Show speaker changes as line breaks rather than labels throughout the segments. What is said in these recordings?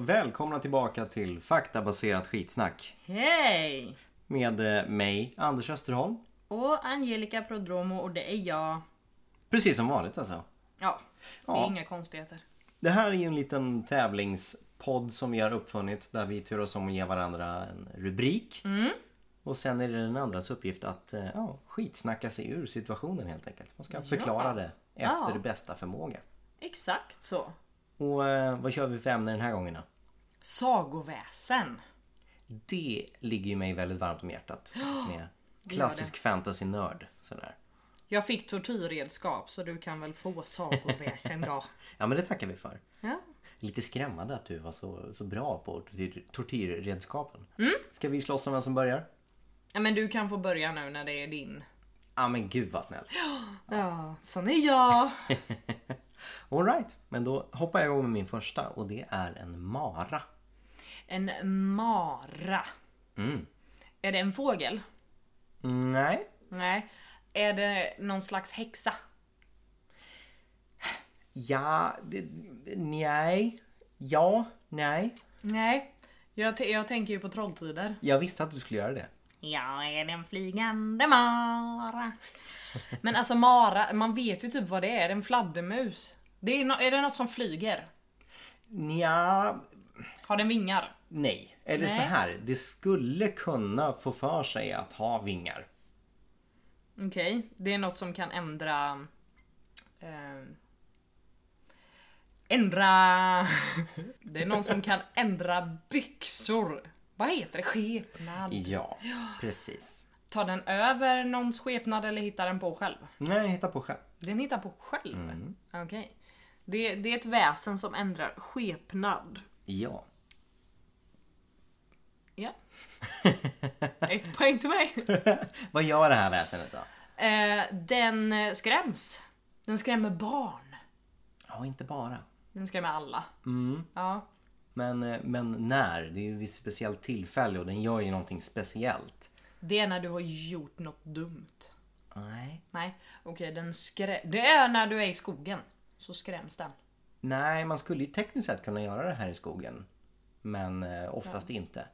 välkomna tillbaka till faktabaserat skitsnack
Hej!
med eh, mig, Anders Österholm.
Och Angelica Prodromo och det är jag.
Precis som vanligt alltså.
Ja, det är
Ja.
inga konstigheter.
Det här är ju en liten tävlingspodd som vi har uppfunnit där vi turas om att ge varandra en rubrik. Och sen är det den andras uppgift att eh, ja, skitsnacka sig ur situationen helt enkelt. Man ska förklara det efter
Ja.
bästa förmåga.
Exakt så.
Och eh, vad kör vi för ämne den här gången då?
Sagoväsen.
Det ligger ju mig väldigt varmt om hjärtat. Som är klassisk fantasy-nörd. Sådär.
Jag fick tortyrredskap så du kan väl få sagoväsen då.
Ja men det tackar vi för.
Ja.
Lite skrämmande att du var så, så bra på tortyr, tortyrredskapen. Ska vi slåss om vem som börjar?
ja men du kan få börja nu när det är din.
Ja ah, men gud vad snällt.
Ja, sån är jag.
Alright, men då hoppar jag igång med min första och det är en mara.
En mara.
Mm.
Är det en fågel?
Nej,
Nej. Är det någon slags häxa?
ja, det, nej, ja, nej.
Nej. Jag, t- jag tänker ju på Trolltider.
Jag visste att du skulle göra det.
Jag är den flygande mara. Men alltså mara, man vet ju typ vad det är. En fladdermus. Det är, no- är det något som flyger?
Nja,
Har den vingar?
nej. Eller så
Nej.
här, det skulle kunna få för sig att ha vingar.
Okej, det är något som kan ändra... Eh, ändra... Det är någon som kan ändra byxor. Vad heter det? Skepnad.
Ja, precis.
Tar den över någons skepnad eller hittar den på själv?
Nej, hitta på själv.
Den hittar på själv? Okej. Det, det är ett väsen som ändrar skepnad.
Ja.
Ja. Ett poäng till mig.
Vad gör det här väsendet då?
Eh, den eh, skräms. Den skrämmer barn.
Ja, inte bara.
Den skrämmer alla. Ja.
Men, eh, men när? Det är ju vid ett speciellt tillfälle och den gör ju någonting speciellt.
Det är när du har gjort något dumt.
Nej.
Nej, okej den skrä... Det är när du är i skogen. Så skräms den.
Nej, man skulle ju tekniskt sett kunna göra det här i skogen. Men eh, oftast inte.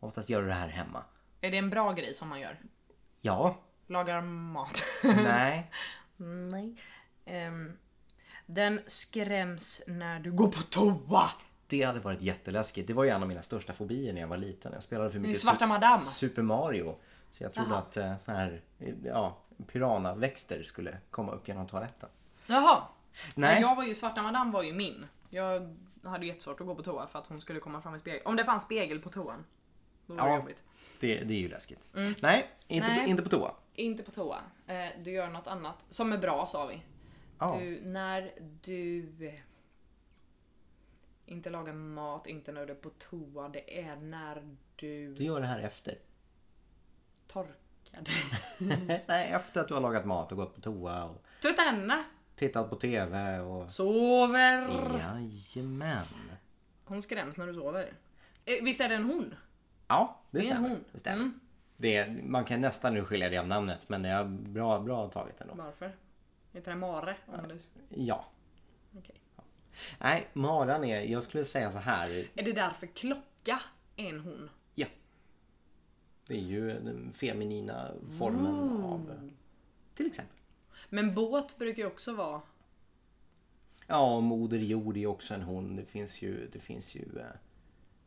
Oftast gör du det här hemma.
Är det en bra grej som man gör?
Ja.
Lagar mat?
Nej.
Nej. Ehm, den skräms när du går på toa.
Det hade varit jätteläskigt. Det var ju en av mina största fobier när jag var liten. Jag spelade för mycket
Svarta
Su-
Madame.
Super Mario. Så jag trodde att eh, såna här eh, ja, piranaväxter skulle komma upp genom toaletten.
Jaha.
Nej.
Nej. Jag var ju, svarta madame var ju min. Jag hade jättesvårt att gå på toa för att hon skulle komma fram i spegeln. Om det fanns spegel på toan. Då var det
Ja.
jobbigt.
Det, det är ju läskigt. Nej, inte,
Mm. Nej.
inte på toa.
Inte på toa. Eh, du gör något annat som är bra sa vi.
Ja.
Du, när du... eh, Inte lagar mat, inte när du är på toa. Det är när du
Du gör det här efter.
torkar dig. Mm.
Nej, efter att du har lagat mat och gått på toa och
Tutta henne.
tittat på TV och...
Sover.
Jajamän.
Hon skräms när du sover. Eh, visst är det en hon?
Ja, det
Det är en
stämmer.
hon. Mm.
Det stämmer. Det är, man kan nästan nu skilja det av namnet men det är bra, bra taget ändå.
Varför? Är inte det mare? Om du...
Ja.
Okej.
Nej, maran är... Jag skulle säga så här.
Är det därför klocka är en hon?
Ja. Det är ju den feminina formen
Mm.
av... Till exempel.
Men båt brukar ju också vara...
Ja, och moder jord är också en hon. Det finns ju... Det finns ju... eh,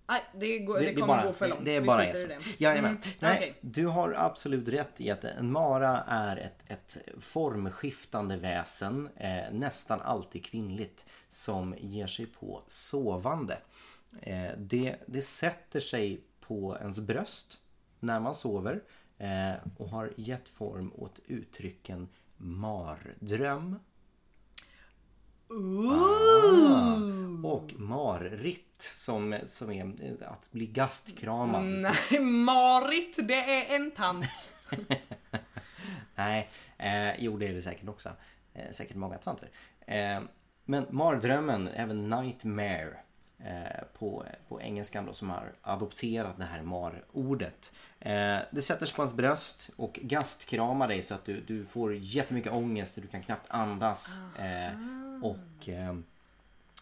Nej, det, går, det,
är
kommer gå för
det-
långt.
Det är
Vi
bara
skiter i
är
det.
så. Jajamän.
Mm,
Nej,
okej.
Du har absolut rätt i att en mara är ett, ett formskiftande väsen, eh, nästan alltid kvinnligt, som ger sig på sovande. Eh, det, det sätter sig på ens bröst när man sover eh, och har gett form åt uttrycken mardröm och marritt som, som är eh, att bli gastkramad.
Nej, Marit det är en tant.
Nej, eh, jo det är det säkert också. Eh, säkert många tanter. Eh, men mardrömmen, även nightmare eh, på, på engelskan då som har adopterat det här mar-ordet. Eh, det sätter sig på hans bröst och gastkramar dig så att du, du får jättemycket ångest och du kan knappt andas. Eh, och eh,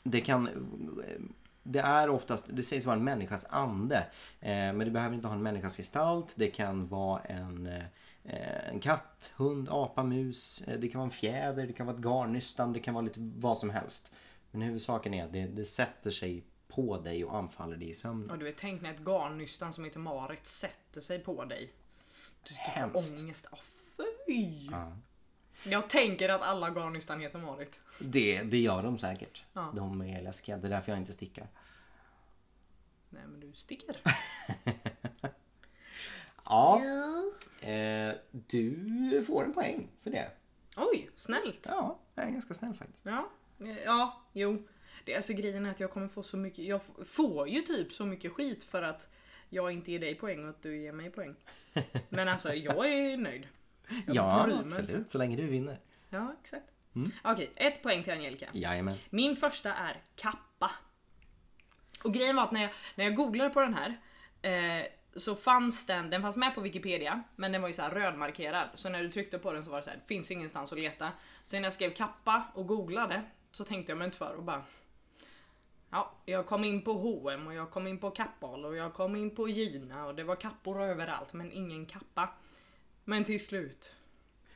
det kan eh, det är oftast, det sägs vara en människas ande. Eh, men det behöver inte ha en människas gestalt. Det kan vara en, eh, en katt, hund, apa, mus. Eh, det kan vara en fjäder, det kan vara ett garnnystan, det kan vara lite vad som helst. Men huvudsaken är att det, det sätter sig på dig och anfaller dig i sömnen.
Och du vet, tänk när ett garnnystan som heter Marit sätter sig på dig. Du, du
Hemskt.
får ångest. Åh, fy! Jag tänker att alla garnnystan heter Marit.
Det, det gör de säkert.
Ja.
De är läskiga. Det är därför jag inte stickar.
Nej men du sticker.
Ja, eh, du får en poäng för det.
Oj, snällt.
Ja, jag är ganska snäll faktiskt.
Ja, eh, ja, jo. Det, alltså grejen är att jag kommer få så mycket, jag f- får ju typ så mycket skit för att jag inte ger dig poäng och att du ger mig poäng. Men alltså jag är nöjd.
Ja,
bryr mig
absolut. Så länge du vinner.
Ja, exakt. Okej, ett poäng till Angelica.
Jajamän.
Min första är kappa. Och grejen var att när jag, när jag googlade på den här eh, så fanns den, den fanns med på Wikipedia men den var ju så här rödmarkerad så när du tryckte på den så var det så här, finns ingenstans att leta. Så när jag skrev kappa och googlade så tänkte jag mig inte för och bara Ja, jag kom in på H&M och jag kom in på Kappahl och jag kom in på Gina och det var kappor överallt men ingen kappa. Men till slut.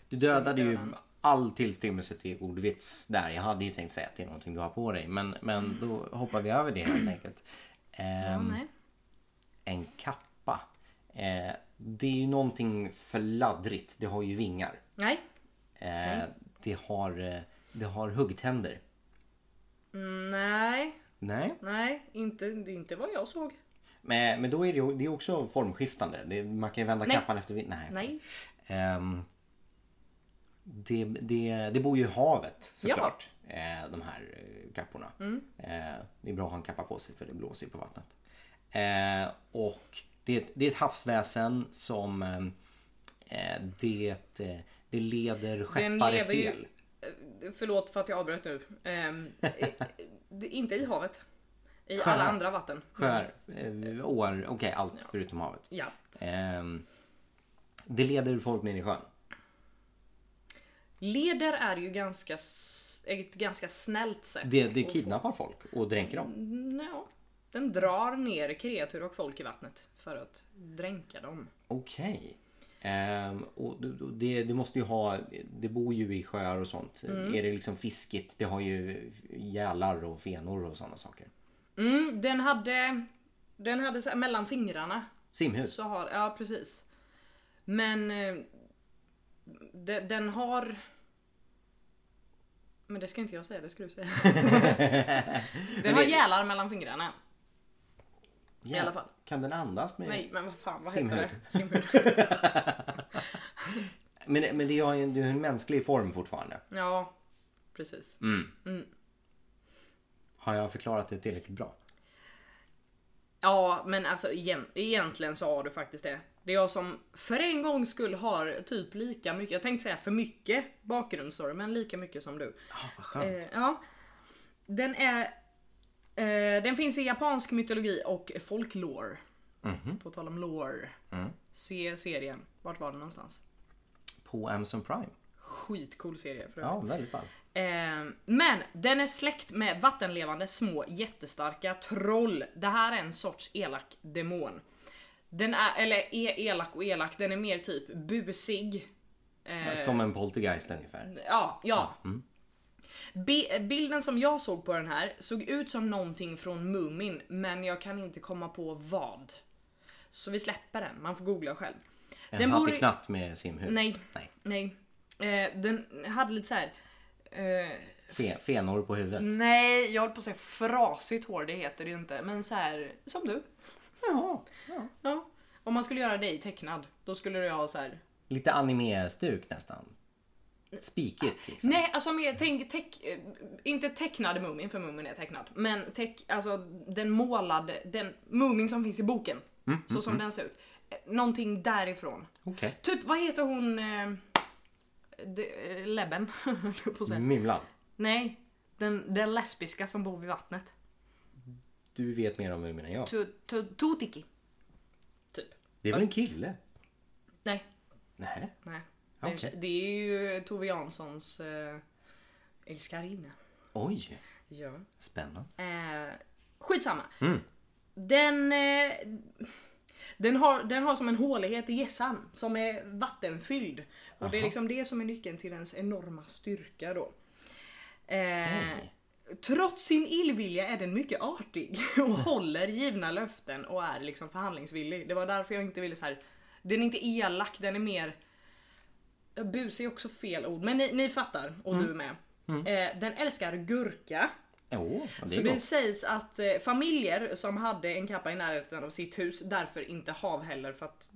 Du dödade ju
Snyggt, Göran.
all tillstymmelse till ordvits där. Jag hade ju tänkt säga att det är någonting du har på dig. Men, men då hoppar vi över det helt enkelt.
Ja,
Ehm,
nej.
en kappa. Eh, det är ju någonting för laddrigt. Det har ju vingar.
Nej.
Eh, det, har, eh, det har huggtänder.
Mm, nej.
Nej.
Nej, inte, inte vad jag såg.
Men, men då är det ju det är också formskiftande. Det, man kan ju vända
Nej.
kappan efter vind. Nej.
Nej.
Ehm, det, det, det bor ju i havet
Ja. Mm.
såklart. eh, De här eh, kapporna. Eh, Det är bra att ha en kappa på sig för det blåser ju på vattnet. Eh, Och det är ett, det är ett havsväsen som eh, det, eh, det leder skeppare
lever ju-
fel.
Eh, Förlåt för att jag avbröt nu. Ehm, eh, det- inte i havet. I
Sjöar.
alla andra vatten.
Sjöar, eh, åar, okej allt förutom havet.
Mm. Ja.
Ehm, Det leder folk ner i sjön.
Leder är ju ganska, s- ett ganska snällt sätt.
Det, det
att
kidnappar folk och dränker dem.
få- Nja. Den drar ner kreatur och folk i vattnet för att dränka dem.
Okej. Ehm, och du- du- det, det måste ju ha, det bor ju i sjöar och sånt.
Mm.
Är det liksom fiskigt? Det har ju gälar och fenor och sådana saker.
Mm, den hade, den hade så här, mellan fingrarna
Simhus?
så har, ja precis. Men eh, de, den har... Men det ska inte jag säga, det ska du säga. den har gälar mellan fingrarna. i alla fall.
Kan den andas med?
Nej men vad fan, vad
Simhud.
heter det? Simhud.
Men, det- men det har ju en, det har en mänsklig form fortfarande.
Ja, precis.
Har jag förklarat det tillräckligt bra?
Ja men alltså igen, egentligen så har du faktiskt det. Det är jag som för en gång skull har typ lika mycket, jag tänkte säga för mycket bakgrundssorg men lika mycket som du.
Ah, vad skönt.
Eh, ja. Den är... Eh, den finns i japansk mytologi och folklore.
Mhm.
På tal om lore.
Mm.
Se serien. Vart var den någonstans?
På Amazon Prime.
Skitcool serie för
Ja, väldigt ball.
Eh, men den är släkt med vattenlevande små jättestarka troll. Det här är en sorts elak demon. Den är, eller är elak och elak, den är mer typ busig. Eh,
Som en poltergeist ungefär.
Ja, ja. Bi- bilden som jag såg på den här såg ut som någonting från Mumin men jag kan inte komma på vad. Så vi släpper den, man får googla själv.
En
den bor i-
hattifnatt med simhud.
Nej,
Nej.
nej. Eh, den hade lite så här. Eh,
Fe, fenor på huvudet.
Mm. nej, jag höll på att säga frasigt hår, det heter det ju inte. Men så här som du.
Jaha.
Ja. Om man skulle göra dig tecknad, då skulle du ha så här.
Lite anime-stuk nästan. Spikigt liksom.
Nej, alltså mer tänk, teck, eh, inte tecknad Mumin, för Mumin är tecknad. Men teck, alltså den målade, den Mumin som finns i boken. så som den ser ut. Eh, Någonting därifrån.
Okej.
Typ, vad heter hon? Eh, de, eh, Lebben, höll jag på att säga.
Mimlan,
Nej, den, den lesbiska som bor vid vattnet.
du vet mer om Mumin än jag.
Tu- tu- Tutiki. Typ.
Det är väl en kille?
Nej,
Nej.
nej. Det är en
Okej.
tjej- Det är ju Tove Janssons eh, älskarinna.
Oj,
Ja.
spännande.
Eh, Skitsamma. Den, eh, den, har, den har som en hålighet i hjässan som är vattenfylld. Och det är liksom det som är nyckeln till dens enorma styrka då. Eh,
Okej.
Trots sin illvilja är den mycket artig och håller givna löften och är liksom förhandlingsvillig. Det var därför jag inte ville så här. Den är inte elak, den är mer... Busig är också fel ord, men ni, ni fattar och du med. Eh, den älskar gurka.
Jo, ja, det
Så
är
det
gott.
sägs att eh, familjer som hade en kappa i närheten av sitt hus därför inte hav heller för att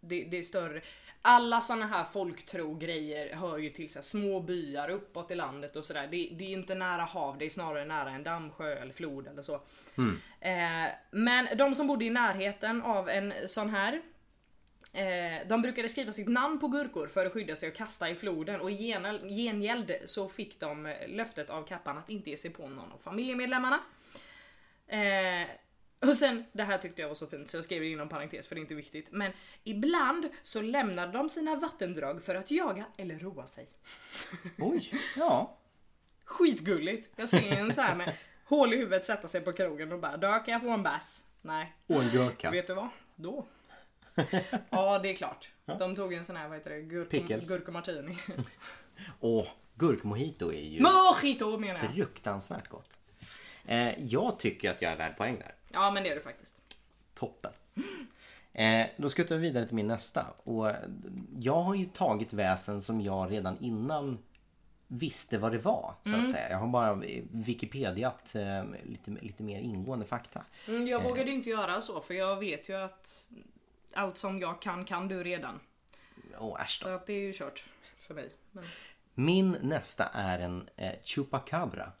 det, det är större. Alla såna här folktro-grejer hör ju till så här, små byar uppåt i landet och sådär. Det, det är ju inte nära hav, det är snarare nära en dammsjö eller flod eller så.
Mm.
Eh, men de som bodde i närheten av en sån här Eh, de brukade skriva sitt namn på gurkor för att skydda sig och kasta i floden och i genel- gengäld så fick de eh, löftet av kappan att inte ge sig på någon av familjemedlemmarna. Eh, och sen, det här tyckte jag var så fint så jag skrev det inom parentes för det är inte viktigt. Men ibland så lämnade de sina vattendrag för att jaga eller roa sig.
Oj, ja.
Skitgulligt! Jag ser en så här med hål i huvudet sätta sig på krogen och bara "Då kan jag få en bärs?” Nej,
Och en gurka.
Vet du vad? Då. ja, det är klart. De tog en sån här, vad heter det, gurk-
Pickles.
gurkomartini.
Åh, gurkmojito är ju
Mojito menar jag.
fruktansvärt gott. Eh, jag tycker att jag är värd poäng där.
Ja, men det är du faktiskt.
Toppen. Eh, då skuttar vi vidare till min nästa. Och eh, jag har ju tagit väsen som jag redan innan visste vad det var. Så att säga. Jag har bara eh, Wikipediat eh, lite, lite mer ingående fakta.
Mm, jag vågade ju inte göra så, för jag vet ju att allt som jag kan, kan du redan.
Åh, äsch
Så
då.
att det är ju kört för mig. Men...
Min nästa är en eh, chupacabra.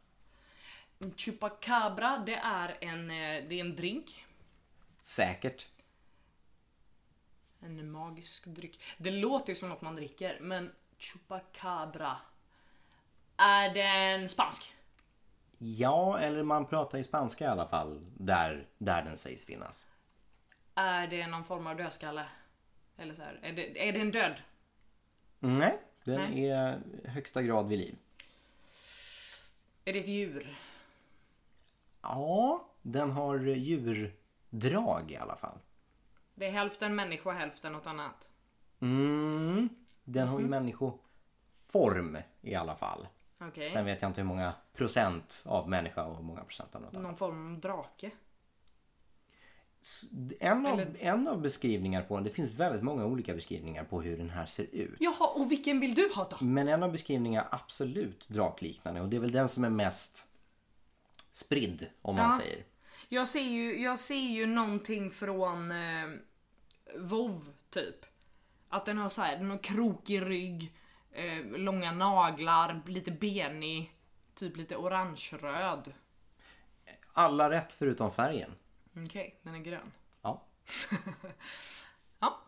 Mm, Chupacabra, det är en, eh, det är en drink.
Säkert.
En magisk dryck. Det låter ju som något man dricker, men chupacabra. Är den spansk?
Ja, eller man pratar ju spanska i alla fall där, där den sägs finnas.
Är det någon form av dödskalle? Eller så här, är, det, är det en död?
Nej, den
Nej.
är högsta grad vid liv.
Är det ett djur?
Ja, den har djurdrag i alla fall.
Det är hälften människa, hälften något annat.
Mm, den
Mhm.
har ju människoform i alla fall.
Okej.
Sen vet jag inte hur många procent av människa och hur många procent av något annat.
Någon form av drake?
S- En av,
Eller-
en av beskrivningar på den, det finns väldigt många olika beskrivningar på hur den här ser ut.
Jaha, och vilken vill du ha då?
Men en av beskrivningarna är absolut drakliknande och det är väl den som är mest spridd om man
Ja.
säger.
Jag ser ju, jag ser ju någonting från eh, WoW typ. Att den har så här, den har krokig rygg, eh, långa naglar, lite benig, typ lite orange-röd.
Alla rätt förutom färgen.
Okej, den är grön.
Ja,
Ja,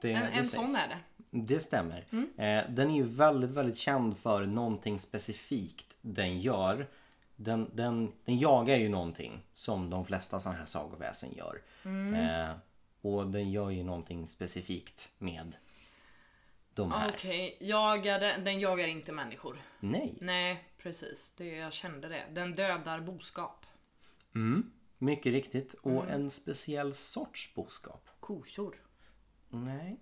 det,
en,
det
en
sägs.
sån Mm. är det.
Det stämmer. Eh, den är ju väldigt, väldigt känd för någonting specifikt den gör. Den, den, den jagar ju någonting som de flesta sådana här sagoväsen gör.
Mm.
Eh, och den gör ju någonting specifikt med de här.
Okej, jagade, den jagar inte människor.
Nej,
Nej, precis. Det, jag kände det. Den dödar boskap.
mycket riktigt. Och
Mm.
en speciell sorts boskap.
Kosor.
Nej,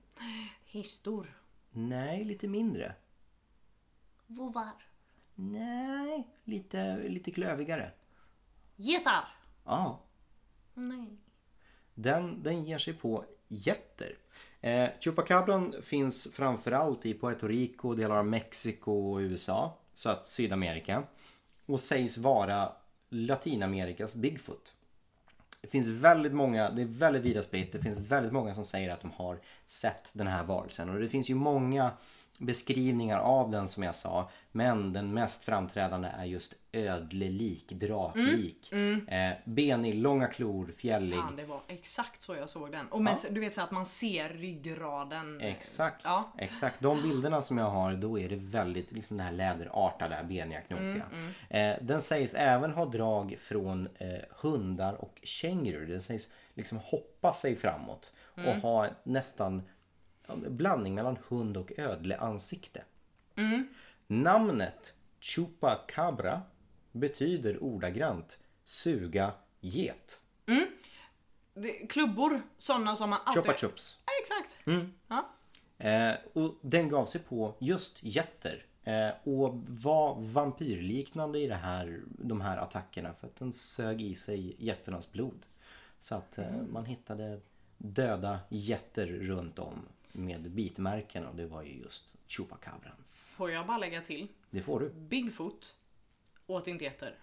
Histor.
nej, lite mindre.
Vovar.
Nej, lite, lite klövigare.
Getar.
Ja,
Nej.
Den, den ger sig på jätter. Eh, Chupacabran finns framförallt i Puerto Rico, delar av Mexiko och USA. Så att Sydamerika. Och sägs vara Latinamerikas Bigfoot. Det finns väldigt många, det är väldigt vida spritt. Det finns väldigt många som säger att de har sett den här varelsen. Och det finns ju många beskrivningar av den som jag sa. Men den mest framträdande är just ödlelik, draklik. Eh, benig, långa klor, fjällig.
Fan, det var exakt så jag såg den. Och men, du vet så att man ser ryggraden.
Exakt,
Ja.
exakt. De bilderna som jag har då är det väldigt liksom det här läderartade, beniga, knotiga.
Mm,
Eh, den sägs även ha drag från eh, hundar och kängurur. Den sägs liksom hoppa sig framåt
Mm.
och ha nästan en blandning mellan hund och ödleansikte.
Mm.
Namnet Chupacabra betyder ordagrant suga get.
Det- Klubbor, sådana som man alltid...
Chupa chups.
Ja, exakt. Ja.
Eh, och den gav sig på just jätter. Eh, och var vampyrliknande i det här, de här attackerna för att den sög i sig jätternas blod. Så att eh, man hittade döda jätter runt om med bitmärken och det var ju just Chupacabran.
Får jag bara lägga till?
Det får du.
Bigfoot åt inte getter.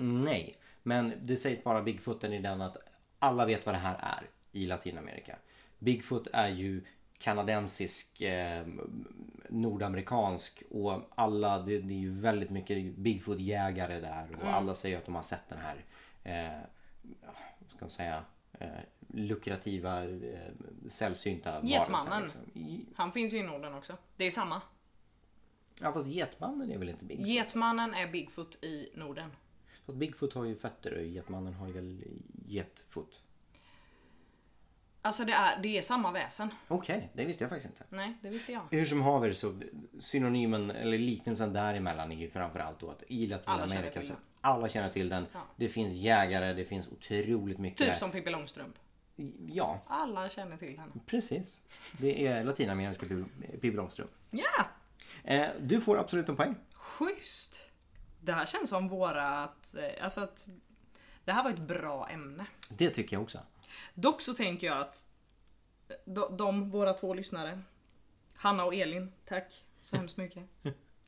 Nej, men det sägs bara Bigfooten i den att alla vet vad det här är i Latinamerika. Bigfoot är ju kanadensisk, eh, nordamerikansk och alla, det, det är ju väldigt mycket Bigfoot-jägare där och alla säger att de har sett den här, eh, vad ska man säga, eh, lukrativa, eh, sällsynta varelsen,
Getmannen.
liksom.
Han finns ju i Norden också. Det är samma.
Ja fast getmannen är väl inte Bigfoot?
Getmannen är Bigfoot i Norden.
Fast Bigfoot har ju fötter och getmannen har ju väl getfot.
Alltså det är, det är samma väsen.
Okej, det visste jag faktiskt inte.
Nej, det visste jag.
Hur som haver så synonymen eller liknelsen däremellan är ju framförallt då att i
Alla
Latinamerika
känner till
så
den.
alla känner till den. Det finns jägare, det finns otroligt mycket.
Typ som Pippi Långstrump.
Ja,
Alla känner till henne.
precis. Det är latinamerikanska Pippi- Pippi Långstrump.
Ja!
Eh, du får absolut en poäng.
Schysst! Det här känns som vårat... eh, Alltså att... Det här var ett bra ämne.
Det tycker jag också.
Dock så tänker jag att de, de våra två lyssnare, Hanna och Elin, tack så hemskt mycket.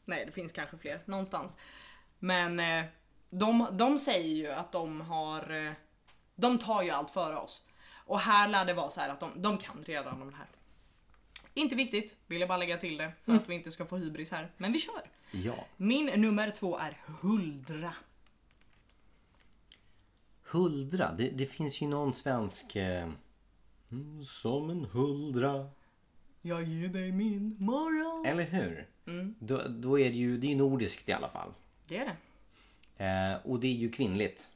Nej, det finns kanske fler någonstans. Men eh, de, de säger ju att de har, eh, de tar ju allt före oss. Och här lär det vara så här att de, de kan redan om det här. Inte viktigt, vill jag bara lägga till det för att vi inte ska få hybris här. Men vi kör!
Ja.
Min nummer två är Huldra.
Huldra, det, det finns ju någon svensk... Eh, mm, som en huldra.
Jag ger dig min morgon.
Eller hur?
Mm.
Då, då är det ju, det är nordiskt i alla fall.
Det är det.
Eh, och det är ju kvinnligt.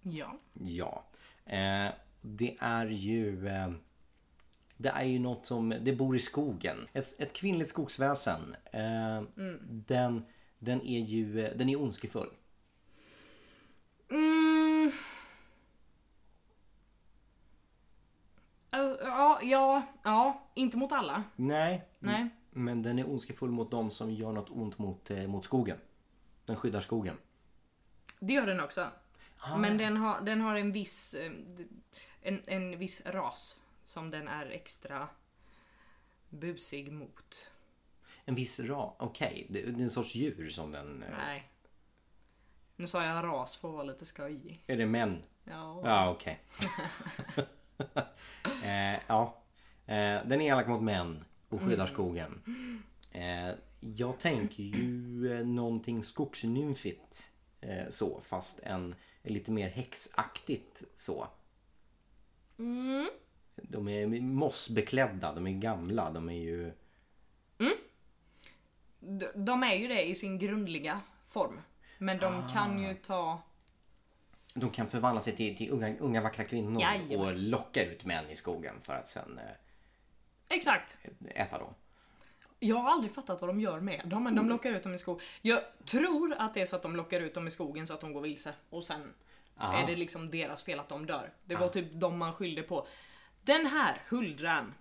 Ja.
Ja. Eh, det är ju... Eh, det är ju något som... Det bor i skogen. Ett, ett kvinnligt skogsväsen. Eh, den, den är ju... eh, Den är ondskefull.
Mm. Eh, Ja, ja, ja, inte mot alla.
Mm. Nej.
Nej.
Men den är ondskefull mot de som gör något ont mot, eh, mot skogen. Den skyddar skogen.
Det gör den också. Men den har, den har en viss eh, d- en, en viss ras som den är extra busig mot.
En viss ra... Okej, det, det är en sorts djur som den... eh,
Nej. Nu sa jag ras för att vara lite skojig.
Är det män?
Ja.
Ja, okej. eh, ja. Eh, den är elak mot män och skyddar skogen. Eh, jag tänker ju eh, någonting skogsnymfigt eh, så, fast en lite mer häxaktigt så. De är mossbeklädda, de är gamla, de är ju...
D- De är ju det i sin grundliga form. Men de kan ju ta...
De kan förvandla sig till, till unga, unga vackra kvinnor
Jajamän.
och locka ut män i skogen för att sen eh,
Exakt!
äta dem.
Jag har aldrig fattat vad de gör med dem, men de lockar ut dem i skogen. Jag tror att det är så att de lockar ut dem i skogen så att de går vilse och sen
Ah.
är det liksom deras fel att de dör. Det var typ de man skyllde på. Den här huldran,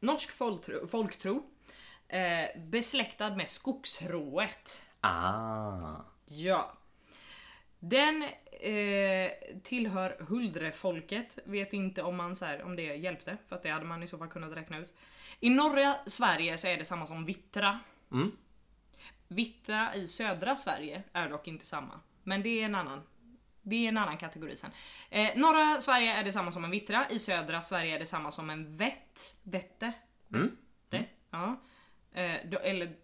norsk folktro, folktro eh, besläktad med skogsrået.
Ah,
Ja. Den eh, tillhör huldrefolket. Vet inte om, man, så här, om det hjälpte, för att det hade man i så fall kunnat räkna ut. I norra Sverige så är det samma som vittra.
Mm.
Vittra i södra Sverige är dock inte samma. Men det är en annan. Det är en annan kategori sen. Eh, norra Sverige är det samma som en vittra. I södra Sverige är det samma som en vett. Vette.
Mm.
Vette. Ja. Eh, då, eller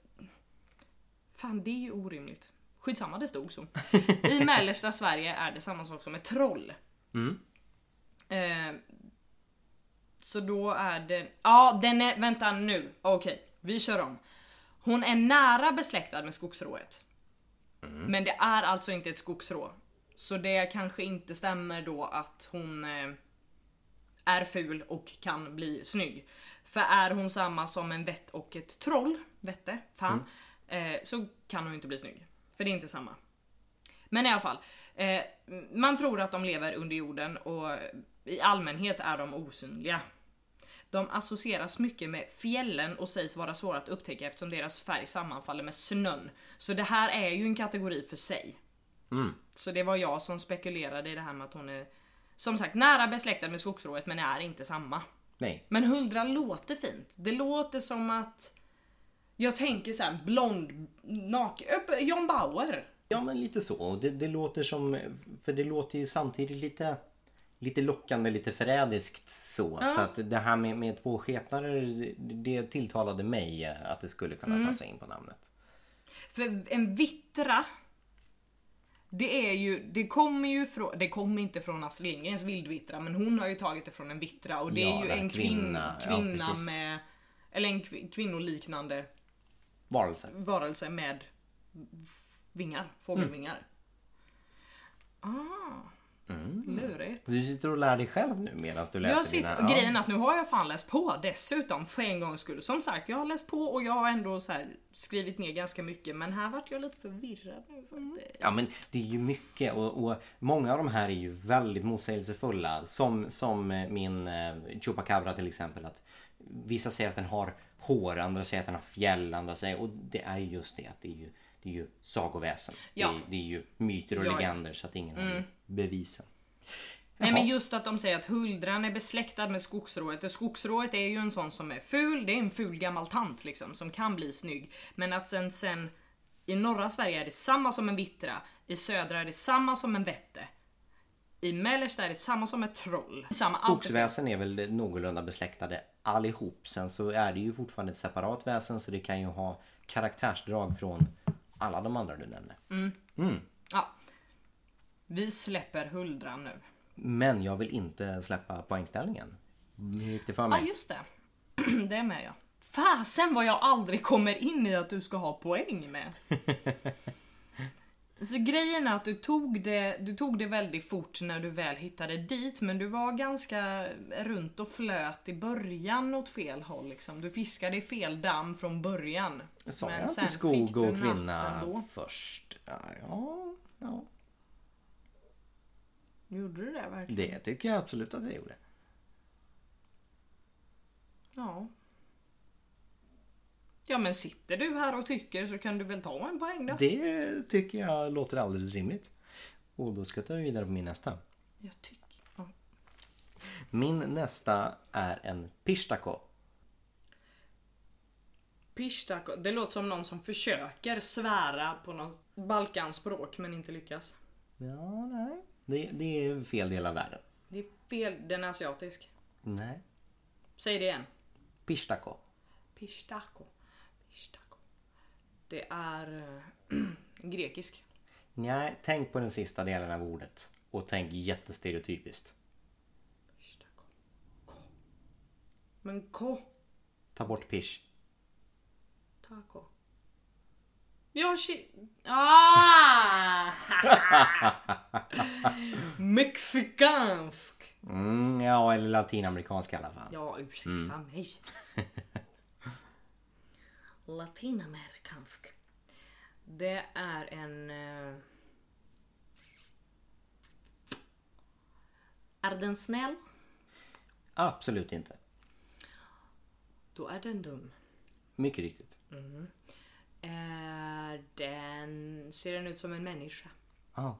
Fan det är ju orimligt. Skitsamma det stod så. I mellersta Sverige är det samma sak som ett troll.
Mm.
Eh, så då är den... Ja den är... Vänta nu. Okej, vi kör om. Hon är nära besläktad med skogsrået. Men det är alltså inte ett skogsrå. Så det kanske inte stämmer då att hon eh, är ful och kan bli snygg. För är hon samma som en vett och ett troll, vette, fan, eh, så kan hon ju inte bli snygg. För det är inte samma. Men i alla fall. Eh, man tror att de lever under jorden och i allmänhet är de osynliga. De associeras mycket med fjällen och sägs vara svåra att upptäcka eftersom deras färg sammanfaller med snön. Så det här är ju en kategori för sig.
Mm.
Så det var jag som spekulerade i det här med att hon är som sagt nära besläktad med skogsrået men är inte samma.
Nej.
Men huldra låter fint. Det låter som att jag tänker så här blond, naken, öpp- John Bauer.
Ja men lite så. Och Det, det låter som, för det låter ju samtidigt lite, lite lockande, lite förrädiskt så. Så att det här med, med två skepnader, det, det tilltalade mig eh, att det skulle
Mm.
kunna passa in på namnet.
För en vittra det är ju, det kommer ju från, det kommer inte från Astrid Lindgrens vildvittra men hon har ju tagit det från en vittra och det
Ja,
är ju
en
en kvinn-
kvinna. Ja,
kvinna
precis.
med, eller en kvin- kvinnoliknande
Varelser.
varelse med vingar, fågelvingar. Ah, lurigt.
Du sitter och lär dig själv nu medan du läser
Jag sitter,
dina...
Grejen är att nu har jag fan läst på dessutom för en gångs skull. Som sagt, jag har läst på och jag har ändå så här skrivit ner ganska mycket men här vart jag lite förvirrad nu faktiskt.
Ja men det är ju mycket och, och många av de här är ju väldigt motsägelsefulla. Som, som eh, min eh, Chupacabra till exempel. Att vissa säger att den har hår, andra säger att den har fjäll, andra säger... Och det är ju just det att det är ju, det är ju sagoväsen.
Ja.
Det, är, det är ju myter och
Ja, Mm. ja.
legender så att ingen har bevisen.
Nej men just att de säger att huldran är besläktad med skogsrået. Och Skogsrået är ju en sån som är ful, det är en ful gammal tant liksom som kan bli snygg. Men att sen, sen i norra Sverige är det samma som en vittra, i södra är det samma som en vätte. I mellersta är det samma som ett troll. Samma allt är fel.
Skogsväsen är väl någorlunda besläktade allihop. Sen så är det ju fortfarande ett separat väsen så det kan ju ha karaktärsdrag från alla de andra du nämnde.
Ja. Vi släpper huldran nu.
Men jag vill inte släppa poängställningen. Hur gick det för
Ja ah,
mig?
just det. det är med jag. Fasen vad jag aldrig kommer in i att du ska ha poäng med. Så grejen är att du tog, det, du tog det väldigt fort när du väl hittade dit men du var ganska runt och flöt i början åt fel håll liksom. Du fiskade i fel damm från början.
Sa jag
men
inte
sen fick
skog
du
och kvinna
napp ändå.
först? Ja, ja, ja.
Gjorde du det verkligen?
Det tycker jag absolut att jag gjorde.
Ja. Ja men sitter du här och tycker så kan du väl ta en poäng då?
Det tycker jag låter alldeles rimligt. Och då ska jag ta vidare på min nästa.
Jag tycker... Ja.
Min nästa är en pishtako.
Pishtako. Det låter som någon som försöker svära på något balkanspråk men inte lyckas.
Ja, nej. Det, det är fel del av världen.
Det är fel. Den är asiatisk.
Nej.
Säg det igen.
Pishtako.
Pishtako. Pishtako. Det är eh, grekisk.
Nej, tänk på den sista delen av ordet. Och tänk jättestereotypiskt.
Pishtako. Ko. Men ko.
Ta bort pish.
Taco. Ja, chi... Ah! Mexikansk!
Mm, ja, eller latinamerikansk i alla fall.
Ja, ursäkta mig. Latinamerikansk. Det är en... eh, Är den snäll?
Absolut inte.
Då är den dum.
Mycket riktigt.
Är den... Ser den ut som en människa?
Ja.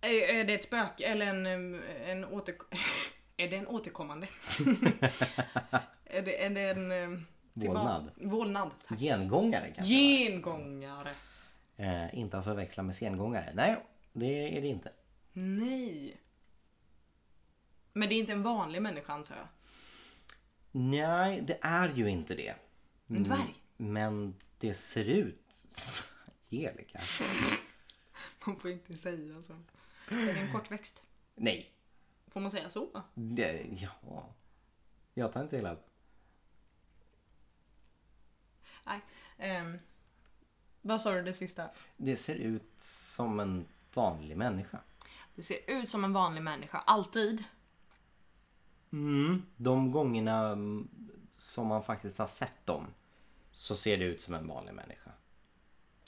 Är, är det ett spöke eller en, em, en åter... är det en återkommande? är det, är det en... em, tillba-
Vålnad.
Vålnad. tack.
Gengångare kanske?
Gengångare.
Eh, inte att förväxla med sengångare. Nej, det är det inte.
Nej. Men det är inte en vanlig människa antar jag?
Nej, det är ju inte det.
En dvärg?
Men det ser ut som Angelica.
Man får inte säga så. Är det en kortväxt?
Nej,
Får man säga så?
det, ja. Jag tar inte hela...
Nej. Em, vad sa du det sista?
Det ser ut som en vanlig människa.
Det ser ut som en vanlig människa, alltid.
Mm. De gångerna mm, som man faktiskt har sett dem så ser det ut som en vanlig människa.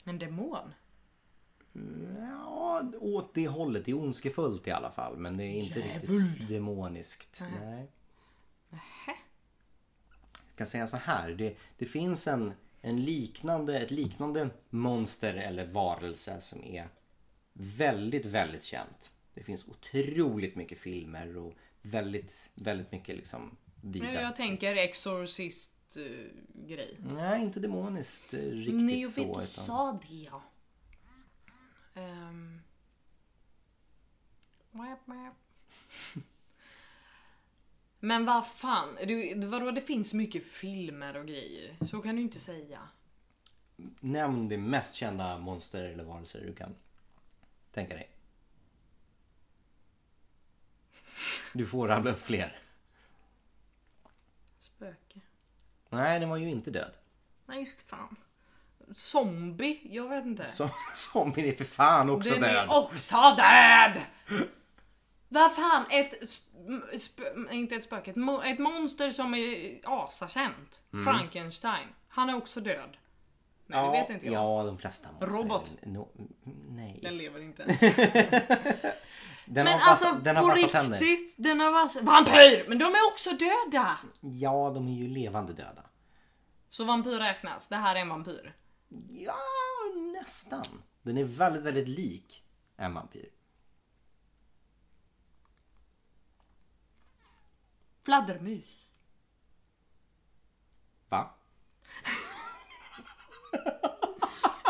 En demon?
Ja, Ja, åt det hållet. Det är ondskefullt i alla fall. Men det är inte riktigt demoniskt. Nej.
Nähä.
Jag kan säga så här. Det, det finns en, en liknande, ett liknande monster eller varelse som är väldigt, väldigt känt. Det finns otroligt mycket filmer och väldigt, väldigt mycket liksom
Nu
vida.
jag tänker exorcist eh, grej.
Nej, inte demoniskt eh, riktigt
Nej, jag
så.
vet du
Utan...
sa det ja. Ehm. Wap, wap. Men vad fan, du, vadå det finns mycket filmer och grejer? Så kan du inte säga.
Nämn det mest kända monster eller varelser du kan tänka dig. Du får rabbla upp fler.
Spöke.
Nej, den var ju inte död.
Nej just fan. Zombie? Jag vet inte.
Som, zombien är för fan också
Den
död.
är också död! Vad fan, ett... sp- Sp- inte ett spöke, ett, mo- ett monster som är asakänt. Frankenstein. Han är också död. Nej, det vet inte jag.
Ja, de flesta monster.
Robot.
No, nej.
Den lever inte ens.
Den
Men
har
alltså
vassa, den
på
har vassa tänder.
riktigt, den har vassa... Vampyr! Men de är också döda!
Ja, de är ju levande döda.
Så vampyr räknas, det här är en vampyr.
Ja, nästan. Den är väldigt, väldigt lik en vampyr.
Fladdermus.
Va?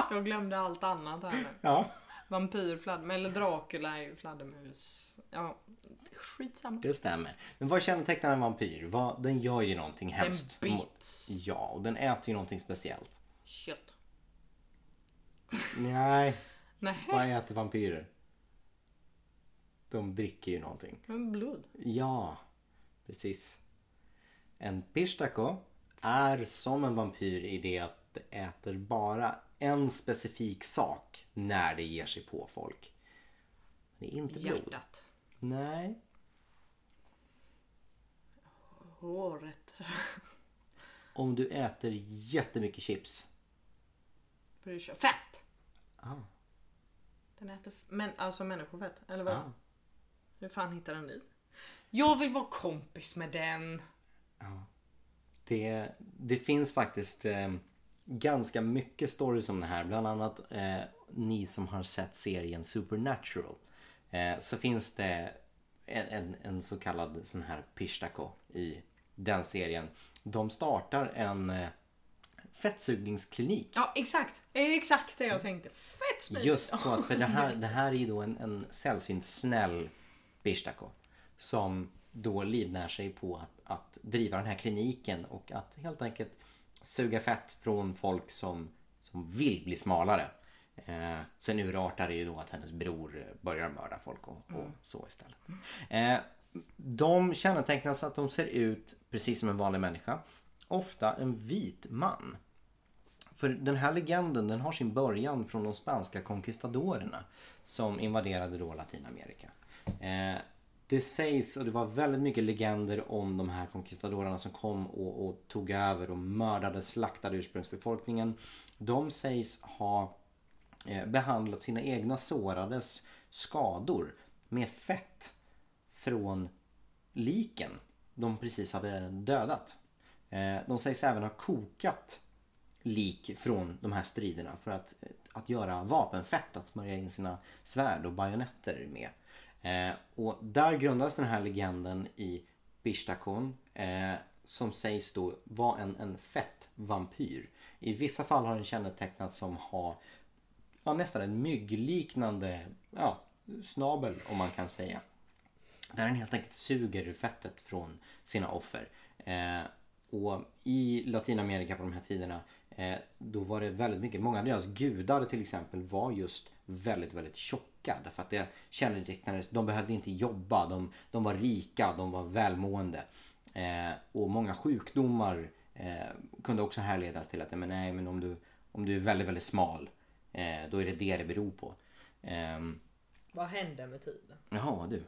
Jag glömde allt annat här nu.
Ja.
Vampyr, fladdermus, eller Dracula är ju fladdermus. Ja, skitsamma.
Det stämmer. Men vad kännetecknar en vampyr? Vad, den gör ju någonting
Den
hemskt.
bits.
Ja, och den äter ju någonting speciellt.
Kött.
Nej,
Nähä,
vad äter vampyrer? De dricker ju någonting.
men blod.
Ja, precis. En pistako är som en vampyr i det att det äter bara en specifik sak när det ger sig på folk. Det är inte blod.
Hjärtat.
Nej.
Håret.
Om du äter jättemycket chips.
Bryr sig. Fett!
Ah.
Den äter f- men, alltså människofett. Eller vad?
Ah.
Hur fan hittar den dit? Jag vill vara kompis med den.
Det, det finns faktiskt eh, ganska mycket stories om det här. Bland annat eh, ni som har sett serien Supernatural. Eh, så finns det en, en, en så kallad sån här pishtako i den serien. De startar en eh, fettsugningsklinik.
Ja exakt. Eh, Exakt det jag tänkte. Fett smidigt.
Mm. Just så att för det här, det här är ju då en, en sällsynt snäll Bishtako. Som då livnär sig på att, att driva den här kliniken och att helt enkelt suga fett från folk som, som vill bli smalare. Eh, sen urartar det ju då att hennes bror börjar mörda folk och, och så istället. Eh, de kännetecknas att de ser ut precis som en vanlig människa. Ofta en vit man. För den här legenden den har sin början från de spanska conquistadorerna som invaderade då Latinamerika. Eh, det sägs, och det var väldigt mycket legender om de här conquistadorerna som kom och, och tog över och mördade, slaktade ursprungsbefolkningen. De sägs ha eh, behandlat sina egna sårades skador med fett från liken de precis hade dödat. Eh, De sägs även ha kokat lik från de här striderna för att, att göra vapenfett, att smörja in sina svärd och bajonetter med. Eh, och där grundas den här legenden i Bishtakon eh, som sägs då vara en, en fett vampyr. I vissa fall har den kännetecknats som ha ja, nästan en myggliknande ja, snabel om man kan säga. Där den helt enkelt suger fettet från sina offer. Eh, och i Latinamerika på de här tiderna eh, då var det väldigt mycket, många av deras gudar till exempel var just väldigt, väldigt tjocka. Därför att det kännetecknades, de behövde inte jobba, de, de var rika, de var välmående. Eh, och många sjukdomar eh, kunde också härledas till att men nej, men om, du, om du är väldigt, väldigt smal eh, då är det det det beror på. Ehm,
Vad hände med tiden?
Jaha du.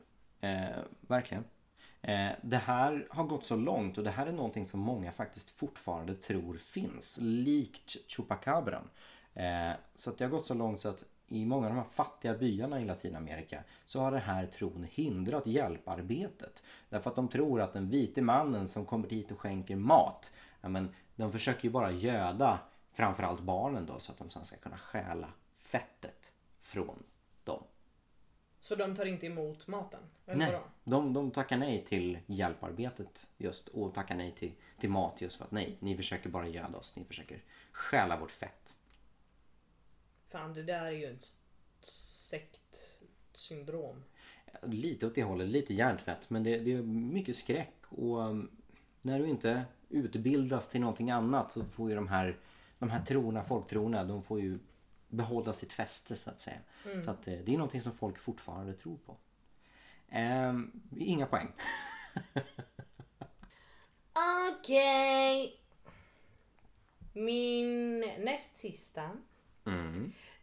Eh, verkligen. Eh, det här har gått så långt och det här är någonting som många faktiskt fortfarande tror finns. Likt Chupacabran. Eh, så att det har gått så långt så att i många av de här fattiga byarna i Latinamerika så har den här tron hindrat hjälparbetet. Därför att de tror att den vite mannen som kommer hit och skänker mat, ja, men de försöker ju bara göda framförallt barnen då så att de sen ska kunna stjäla fettet från dem.
Så de tar inte emot maten? Eller
Nej,
vadå?
de, de tackar nej till hjälparbetet just och tackar nej till, till mat just för att nej, ni försöker bara göda oss, ni försöker stjäla vårt fett.
Fan det där är ju en s- sektsyndrom.
Lite åt det hållet, lite hjärntvätt. Men det, det är mycket skräck. Och um, när du inte utbildas till någonting annat så får ju de här, de här trona, folktrona, de får ju behålla sitt fäste så att säga. Så att eh, det är någonting som folk fortfarande tror på. Ehm, inga poäng.
Okej. Min näst sista.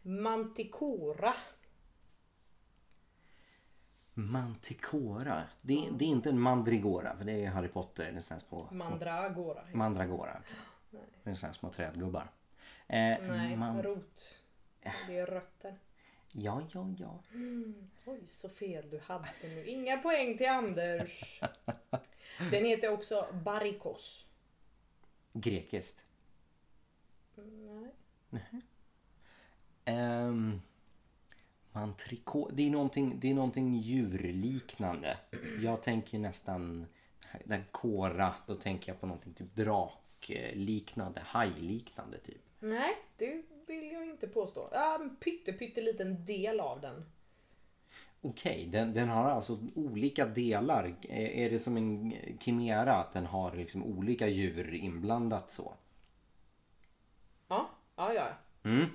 Manticora.
Manticora. Det, det är inte en mandrigora för det är Harry Potter. Det känns på
Mandragora.
mandragora. Okay. Det är sådana små trädgubbar. Eh,
Nej,
man-
rot. Det är rötter.
ja, ja, ja.
Oj, så fel du hade nu. Inga poäng till Anders. Den heter också Barikos.
Grekiskt.
Nej.
Um, mantriko, det är, någonting, det är någonting djurliknande. Jag tänker ju nästan, den kora, då tänker jag på någonting typ drakliknande, hajliknande typ.
Nej, det vill jag inte påstå. Ja, en pytte, pytteliten del av den.
Okej, den, den har alltså olika delar. Eh, Är det som en kimera att den har liksom olika djur inblandat så?
Ja, ja, ja.
Mm.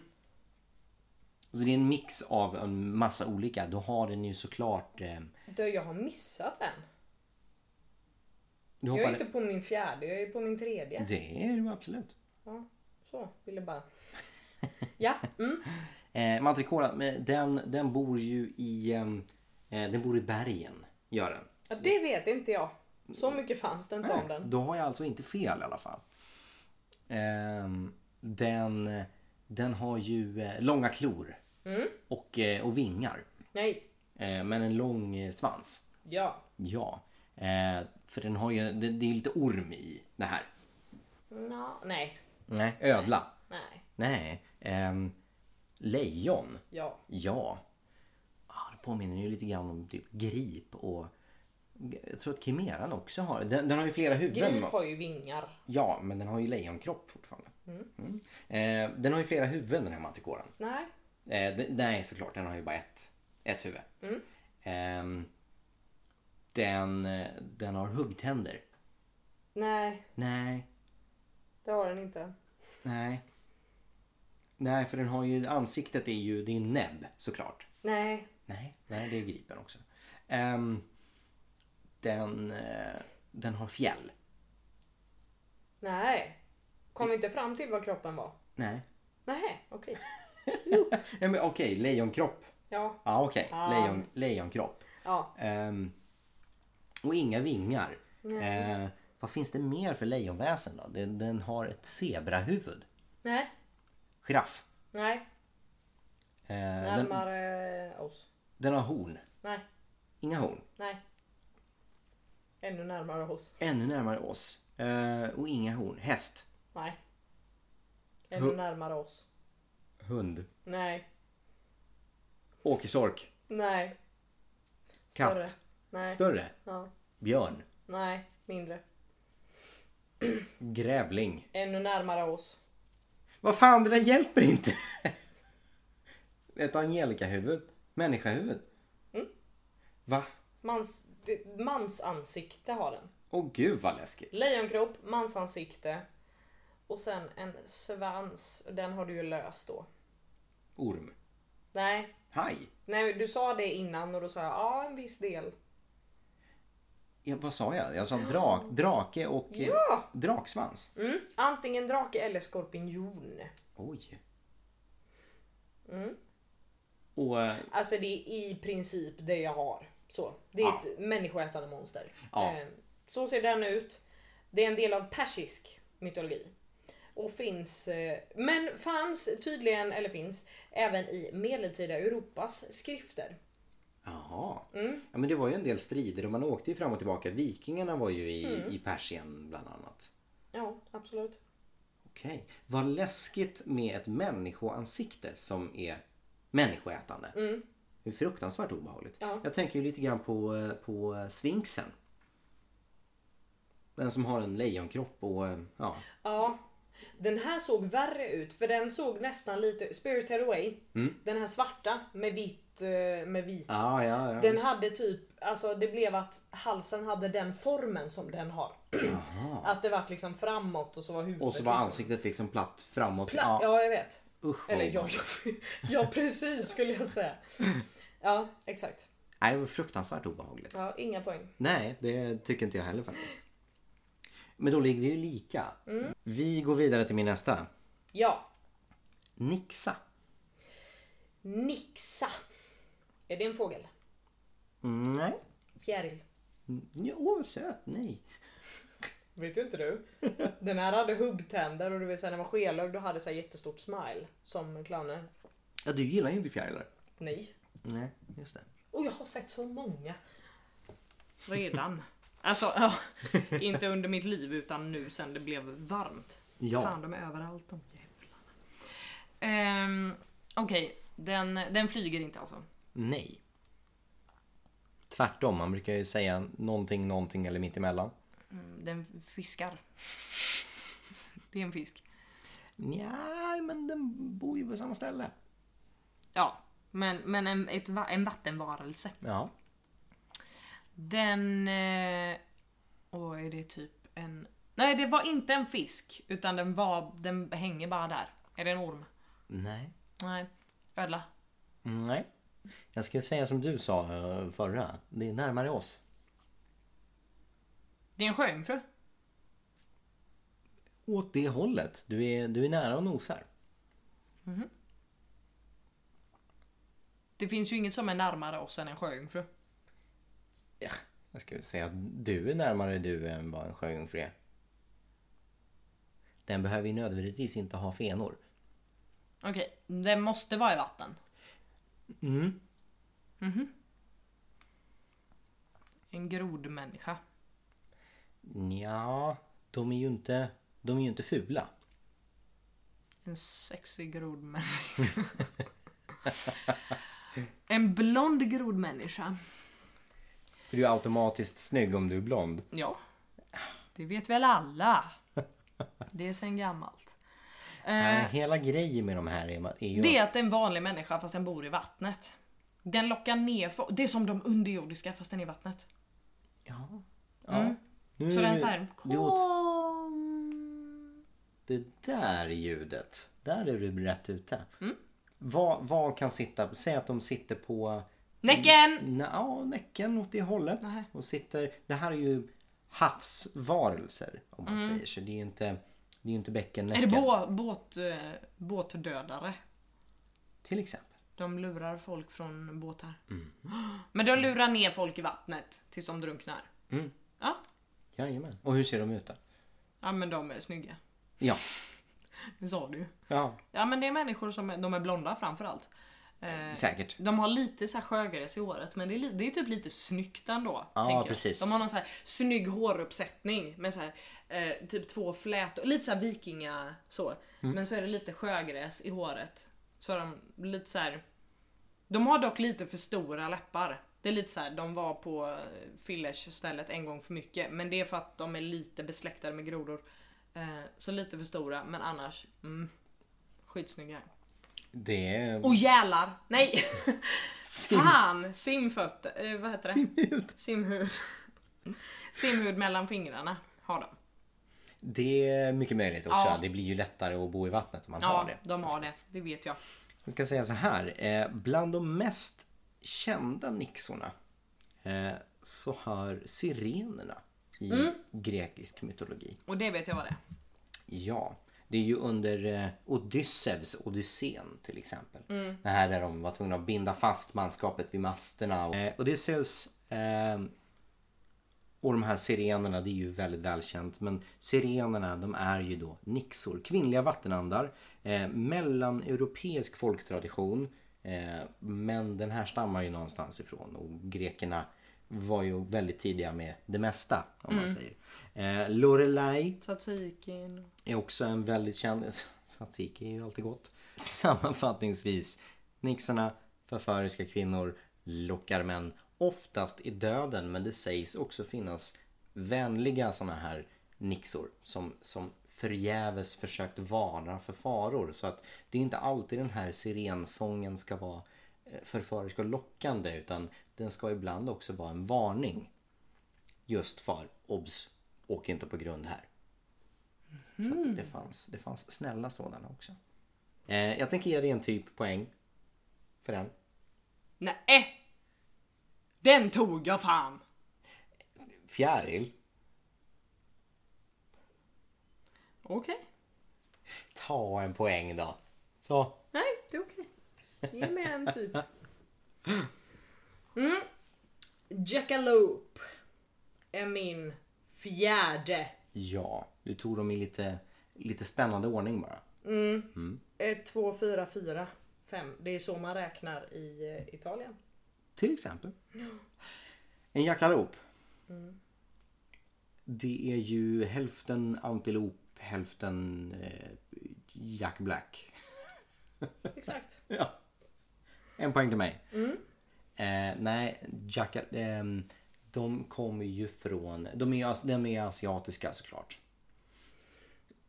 Så det är en mix av en massa olika. Då har den ju såklart... Eh,
Du, jag har missat den.
du
Jag är
hoppar- Mm.
inte på min fjärde, jag är på min tredje.
Det är du absolut.
Ja, så, ville bara. Ja, mm.
Eh, Mantricora, men den, den bor ju i... ehm, Eh, den bor i bergen, gör den.
ja, det vet inte jag. Så mycket fanns det inte om
Nej,
den.
Då har jag alltså inte fel i alla fall. Ehm, den, den har ju eh, långa klor.
Mm.
Och, eh, och vingar.
Nej,
Eh, men en lång eh, svans.
ja.
Ja. Eh, för den har ju... Det, det är lite orm i det här.
Nå, nej,
Nej. Ödla.
nej,
Nej. Ehm, lejon.
ja.
Ja. Ah, Det påminner ju lite grann om typ grip och... Jag tror att Kimeran också har... Den, den har ju flera huvuden.
Grip
va?
har ju vingar.
Ja, men den har ju lejonkropp fortfarande. Mm. Eh, den har ju flera huvuden den här manticoran.
Nej,
Eh, d- nej, såklart. Den har ju bara ett, ett huvud. Ehm, den, eh, den har huggtänder.
nej,
Nej,
det har den inte.
nej. Nej, för den har ju... Ansiktet är ju... Det är näbb såklart.
Nej,
Nej, nej det är Gripen också. Ehm, den, eh, den har fjäll.
nej. Kom inte fram till vad kroppen var.
Nej.
Nej, okej.
Ja, men okej, lejonkropp.
Ja,
Ja okej,
Ah.
Lejon, lejonkropp.
ja.
Ehm, och inga vingar. Eh, vad finns det mer för lejonväsen då? Den, den har ett zebrahuvud.
Nej,
Giraff.
nej.
Eh, den,
Närmare eh, oss.
den har horn.
Nej,
Inga horn.
nej. Ännu närmare oss.
Ännu närmare oss. Eh, och inga horn. Häst.
Nej. Ännu
Hu-
närmare oss.
Hund.
Nej,
Åkersork.
nej.
Katt.
Större. Nej,
Större.
ja.
Björn.
nej, mindre.
Grävling.
Ännu närmare oss.
Vad fan, det där hjälper inte! Ett Angelica-huvud. Människahuvud.
Mm.
Va?
Mans, det- mansansikte har den.
Åh gud vad läskigt.
Lejonkropp, mansansikte. Och sen en svans. Den har du ju löst då.
Orm.
Nej,
Haj.
nej du sa det innan och då sa jag ja, en viss del.
Ja, vad sa jag? Jag sa drak, drake och eh,
Ja!
draksvans.
Mm. Antingen drake eller skorpion.
Oj.
Mm.
Och eh,
Alltså det är i princip det jag har. Så. Det är
Ja.
ett människoätande monster.
Ja.
Eh, Så ser den ut. Det är en del av persisk mytologi. Och finns, eh, men fanns tydligen, eller finns, även i medeltida Europas skrifter.
Jaha.
Mm.
Ja, men det var ju en del strider och man åkte ju fram och tillbaka. Vikingarna var ju i,
Mm.
i Persien bland annat.
Ja, absolut.
Okej. Vad läskigt med ett människoansikte som är människoätande. Mm. Det är fruktansvärt obehagligt.
Ja.
Jag tänker ju lite grann på, eh, på eh, sfinxen. Den som har en lejonkropp och eh, ja.
Ja. Den här såg värre ut för den såg nästan lite, Spirited Away, den här svarta med vitt, eh, med vit.
Mm. Ja, ja, ja.
Den
visst.
hade typ, alltså det blev att halsen hade den formen som den har. Att det vart liksom framåt och så var huvudet
Och så var
liksom.
ansiktet liksom platt framåt.
Pla-
ja.
ja jag vet.
Usch vad
Eller
obehagligt.
jag, jag, ja precis skulle jag säga. Ja exakt.
Nej, det var fruktansvärt obehagligt.
Ja, inga poäng.
Nej, det tycker inte jag heller faktiskt. Men då ligger vi ju lika.
Mm.
Vi går vidare till min nästa.
Ja.
Nixa.
Nixa. Är det en fågel?
Mm, Nej.
Fjäril.
Jo, söt. Nej.
Vet ju inte du? Den här hade huggtänder och du vet såhär, den var skelögd och hade såhär jättestort smile. Som clownen.
Ja, du gillar ju inte fjärilar.
Nej.
Nej, just det.
Och jag har sett så många. Redan. Alltså, ja, inte under mitt liv utan nu sen det blev varmt.
Ja.
Fan, de är överallt de jävlarna. Ehm, Okej, den, den flyger inte alltså.
Nej. Tvärtom, man brukar ju säga någonting, någonting eller mittemellan.
Mm, Den fiskar. Det är en fisk.
Nej, men den bor ju på samma ställe.
Ja, men, men en, ett, va- en vattenvarelse.
Ja.
Den... Eh, åh, är det typ en... Nej, det var inte en fisk. Utan den var... Den hänger bara där. Är det en orm?
Nej.
Nej. Ödla.
Mm, Nej. Jag skulle säga som du sa eh, förra. Det är närmare oss.
Det är en sjöjungfru.
Åt det hållet. Du är, du är nära och nosar.
Det finns ju inget som är närmare oss än en sjöjungfru.
Ja, jag skulle säga att du är närmare du än vad en sjöjungfru är. Den behöver ju nödvändigtvis inte ha fenor.
Okej, den måste vara i vatten. Mhm.
Mm.
En grodmänniska.
Ja, de är ju inte, de är ju inte fula.
En sexig grodmänniska. en blond grodmänniska.
För du är automatiskt snygg om du är blond.
Ja. Det vet väl alla. Det är sen gammalt. Eh,
Nej, hela grejen med de här är, är ju...
Det är att det är en vanlig människa fast den bor i vattnet. Den lockar ner folk. Det är som de underjordiska fast den är i vattnet.
Ja. ja. Nu,
Så den såhär
Du åt
kom.
det där ljudet. Där är du rätt ute. Vad, vad kan sitta... Säg att de sitter på...
Näcken!
Nä- Ja, näcken åt det hållet.
Nej.
Och sitter, det här är ju havsvarelser om man säger så. Det är ju inte, det är ju inte
Mm. Är
bäckennäcken.
det bå, båt, eh, båtdödare?
Till exempel.
De lurar folk från båtar.
Mm.
Men de lurar ner folk i vattnet tills de drunknar.
Mm.
Ja.
Jajamän. Och hur ser de ut då?
ja, men de är snygga.
Ja.
Det sa du ju.
ja,
Ja men det är människor som är, de är blonda framförallt. Eh,
säkert.
De har lite så här sjögräs i håret men det är, li- det är typ lite snyggt ändå.
Ja,
tänker jag.
precis.
De har någon så här snygg håruppsättning med så här, eh, typ två flätor, lite så här vikinga så.
Mm.
Men så är det lite sjögräs i håret. Så har de lite så här. De har dock lite för stora läppar. Det är lite så här, de var på eh, Fillers stället en gång för mycket. Men det är för att de är lite besläktade med grodor. Eh, så lite för stora men annars, mm, skitsnygga.
Mm. Det är...
Och gälar! Nej!
Sim-
Fan! Simfötter, eh, vad heter det?
Simhud.
Simhud. Simhud mellan fingrarna har de.
Det är mycket möjligt också.
Ja.
Det blir ju lättare att bo i vattnet om man har
Ja,
det.
de har det. Det vet jag.
Jag ska säga så här. Eh, bland de mest kända nixorna eh, så hör sirenerna i
Mm.
grekisk mytologi.
Och det vet jag vad det är.
Ja, det är ju under eh, Odysseus Odysseen till exempel. Det här där de var tvungna att binda fast manskapet vid masterna. Och, eh, Odysseus eh, Och de här sirenerna, det är ju väldigt välkänt. Men sirenerna, de är ju då nixor. Kvinnliga vattenandar. Eh, mellaneuropeisk folktradition. Eh, men den här stammar ju någonstans ifrån. Och grekerna var ju väldigt tidiga med det mesta, om man säger. Eh, Lorelei
Tzatzikin.
är också en väldigt känd... Tzatziki är ju alltid gott. Sammanfattningsvis. Nixarna, förföriska kvinnor, lockar män. Oftast i döden men det sägs också finnas vänliga sådana här nixor som, som förgäves försökt varna för faror. Så att det är inte alltid den här sirensången ska vara eh, förförisk och lockande utan den ska ibland också vara en varning. Just för obs, åk inte på grund här. Så att det, fanns, det fanns snälla sådana också. Eh, jag tänker ge dig en typ poäng för den.
Nej! Den tog jag fan!
Fjäril.
Okej.
Ta en poäng då. Så.
Nej, det är okej. Ge mig en typ. Mm. Jackalope är min fjärde.
Ja, du tog dem i lite, lite spännande ordning bara.
1, 2, 4, 4, 5. Det är så man räknar i eh, Italien.
Till exempel. En jackalop. Det är ju hälften antilop, hälften eh, jack black.
Exakt.
Ja. En poäng till mig. Eh, nej, Jacka, ehm, de kommer ju från... De är, ju as- de är asiatiska såklart.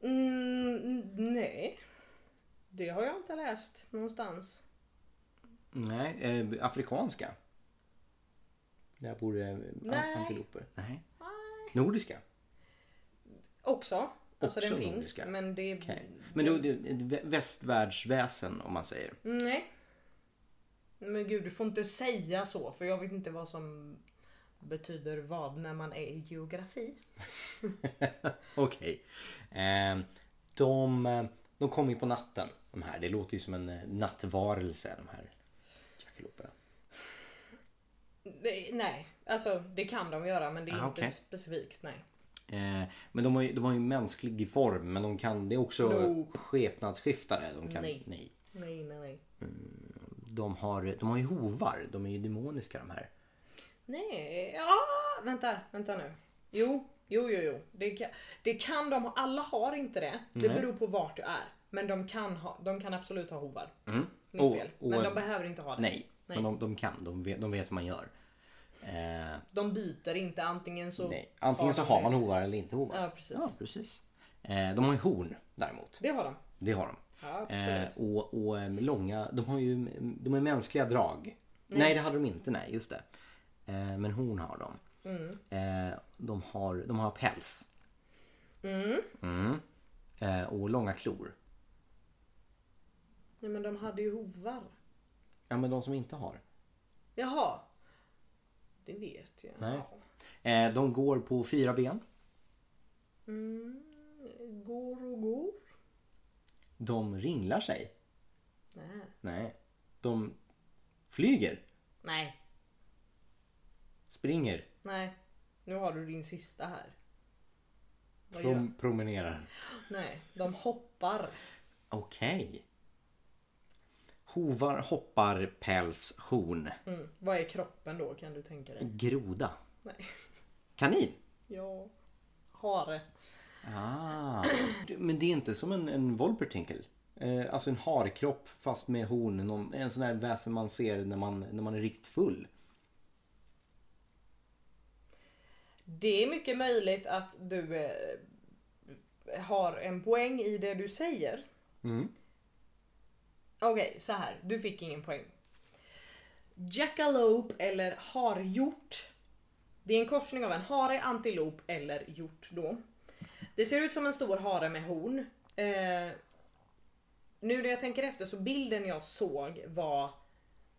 Mm, nej. Det har jag inte läst någonstans.
Nej, eh, afrikanska. Där bor det eh,
Nej.
antiloper. Nej. Nordiska.
Också. Alltså
Också
den finns.
nordiska.
Men det...
Okej. Men då, det är ett vä- västvärldsväsen om man säger.
Nej. Men gud, du får inte säga så. För jag vet inte vad som betyder vad när man är i geografi.
Okej. Eh, de, eh, de kommer ju på natten. De här. Det låter ju som en eh, nattvarelse de här jackaloperna.
Det- Nej, alltså det kan de göra men det är
Ah,
inte
okej.
specifikt. Nej.
Eh, men de har, ju, de har ju mänsklig form men de kan, det är också
No.
skepnadsskiftare. De kan,
Nej.
nej.
Nej, nej, nej.
De, har, de har ju hovar, de är ju demoniska de här.
Nej, ja, vänta, vänta nu. Jo, jo, jo, jo. Det kan, det kan de ha. Alla har inte det. Det
Nej.
beror på vart du är. Men de kan, ha, de kan absolut ha hovar. Mitt
Mm. Och-
fel.
och-
Men de behöver inte ha det.
Nej,
Nej.
men de, de kan, de vet, de vet hur man gör. Eh,
De byter inte antingen så...
nej. Antingen så
de
har
det.
man hovar eller inte hovar.
Ja, precis.
Ja, precis. Eh, de har ju horn däremot.
Det har de.
Det har de.
Ja, absolut.
Eh, och, och eh, långa, de har ju de har ju mänskliga drag. Nej. det hade de inte, nej just det. Eh, men horn har de. Eh, de, har, de har päls. Mm. Eh, och långa klor.
Nej men de hade ju hovar.
Ja men de som inte har.
Jaha. Det vet jag.
Nej. Eh, de går på fyra ben.
Går och går.
De ringlar sig.
Nej.
Nej. De flyger.
Nej.
Springer.
Nej. Nu har du din sista här. Vad gör?
Prom- promenerar.
Nej, de hoppar.
Okej. Hovar, hoppar, päls, horn.
Mm. Vad är kroppen då kan du tänka
Mm.
dig?
Groda.
Nej.
Kanin.
Ja. Hare.
Ah. Du, Men det är inte som en, en Wolpertinkel. Eh, alltså en harkropp fast med horn. Någon, en sån där väsen man ser när man, när man är riktigt full.
Det är mycket möjligt att du eh, har en poäng i det du säger.
Mm.
Okej, så här. Du fick ingen poäng. Jackalope eller harhjort. Det är en korsning av en hare, antilop eller hjort då. Det ser ut som en stor hare med horn. Eh, nu när jag tänker efter så bilden jag såg var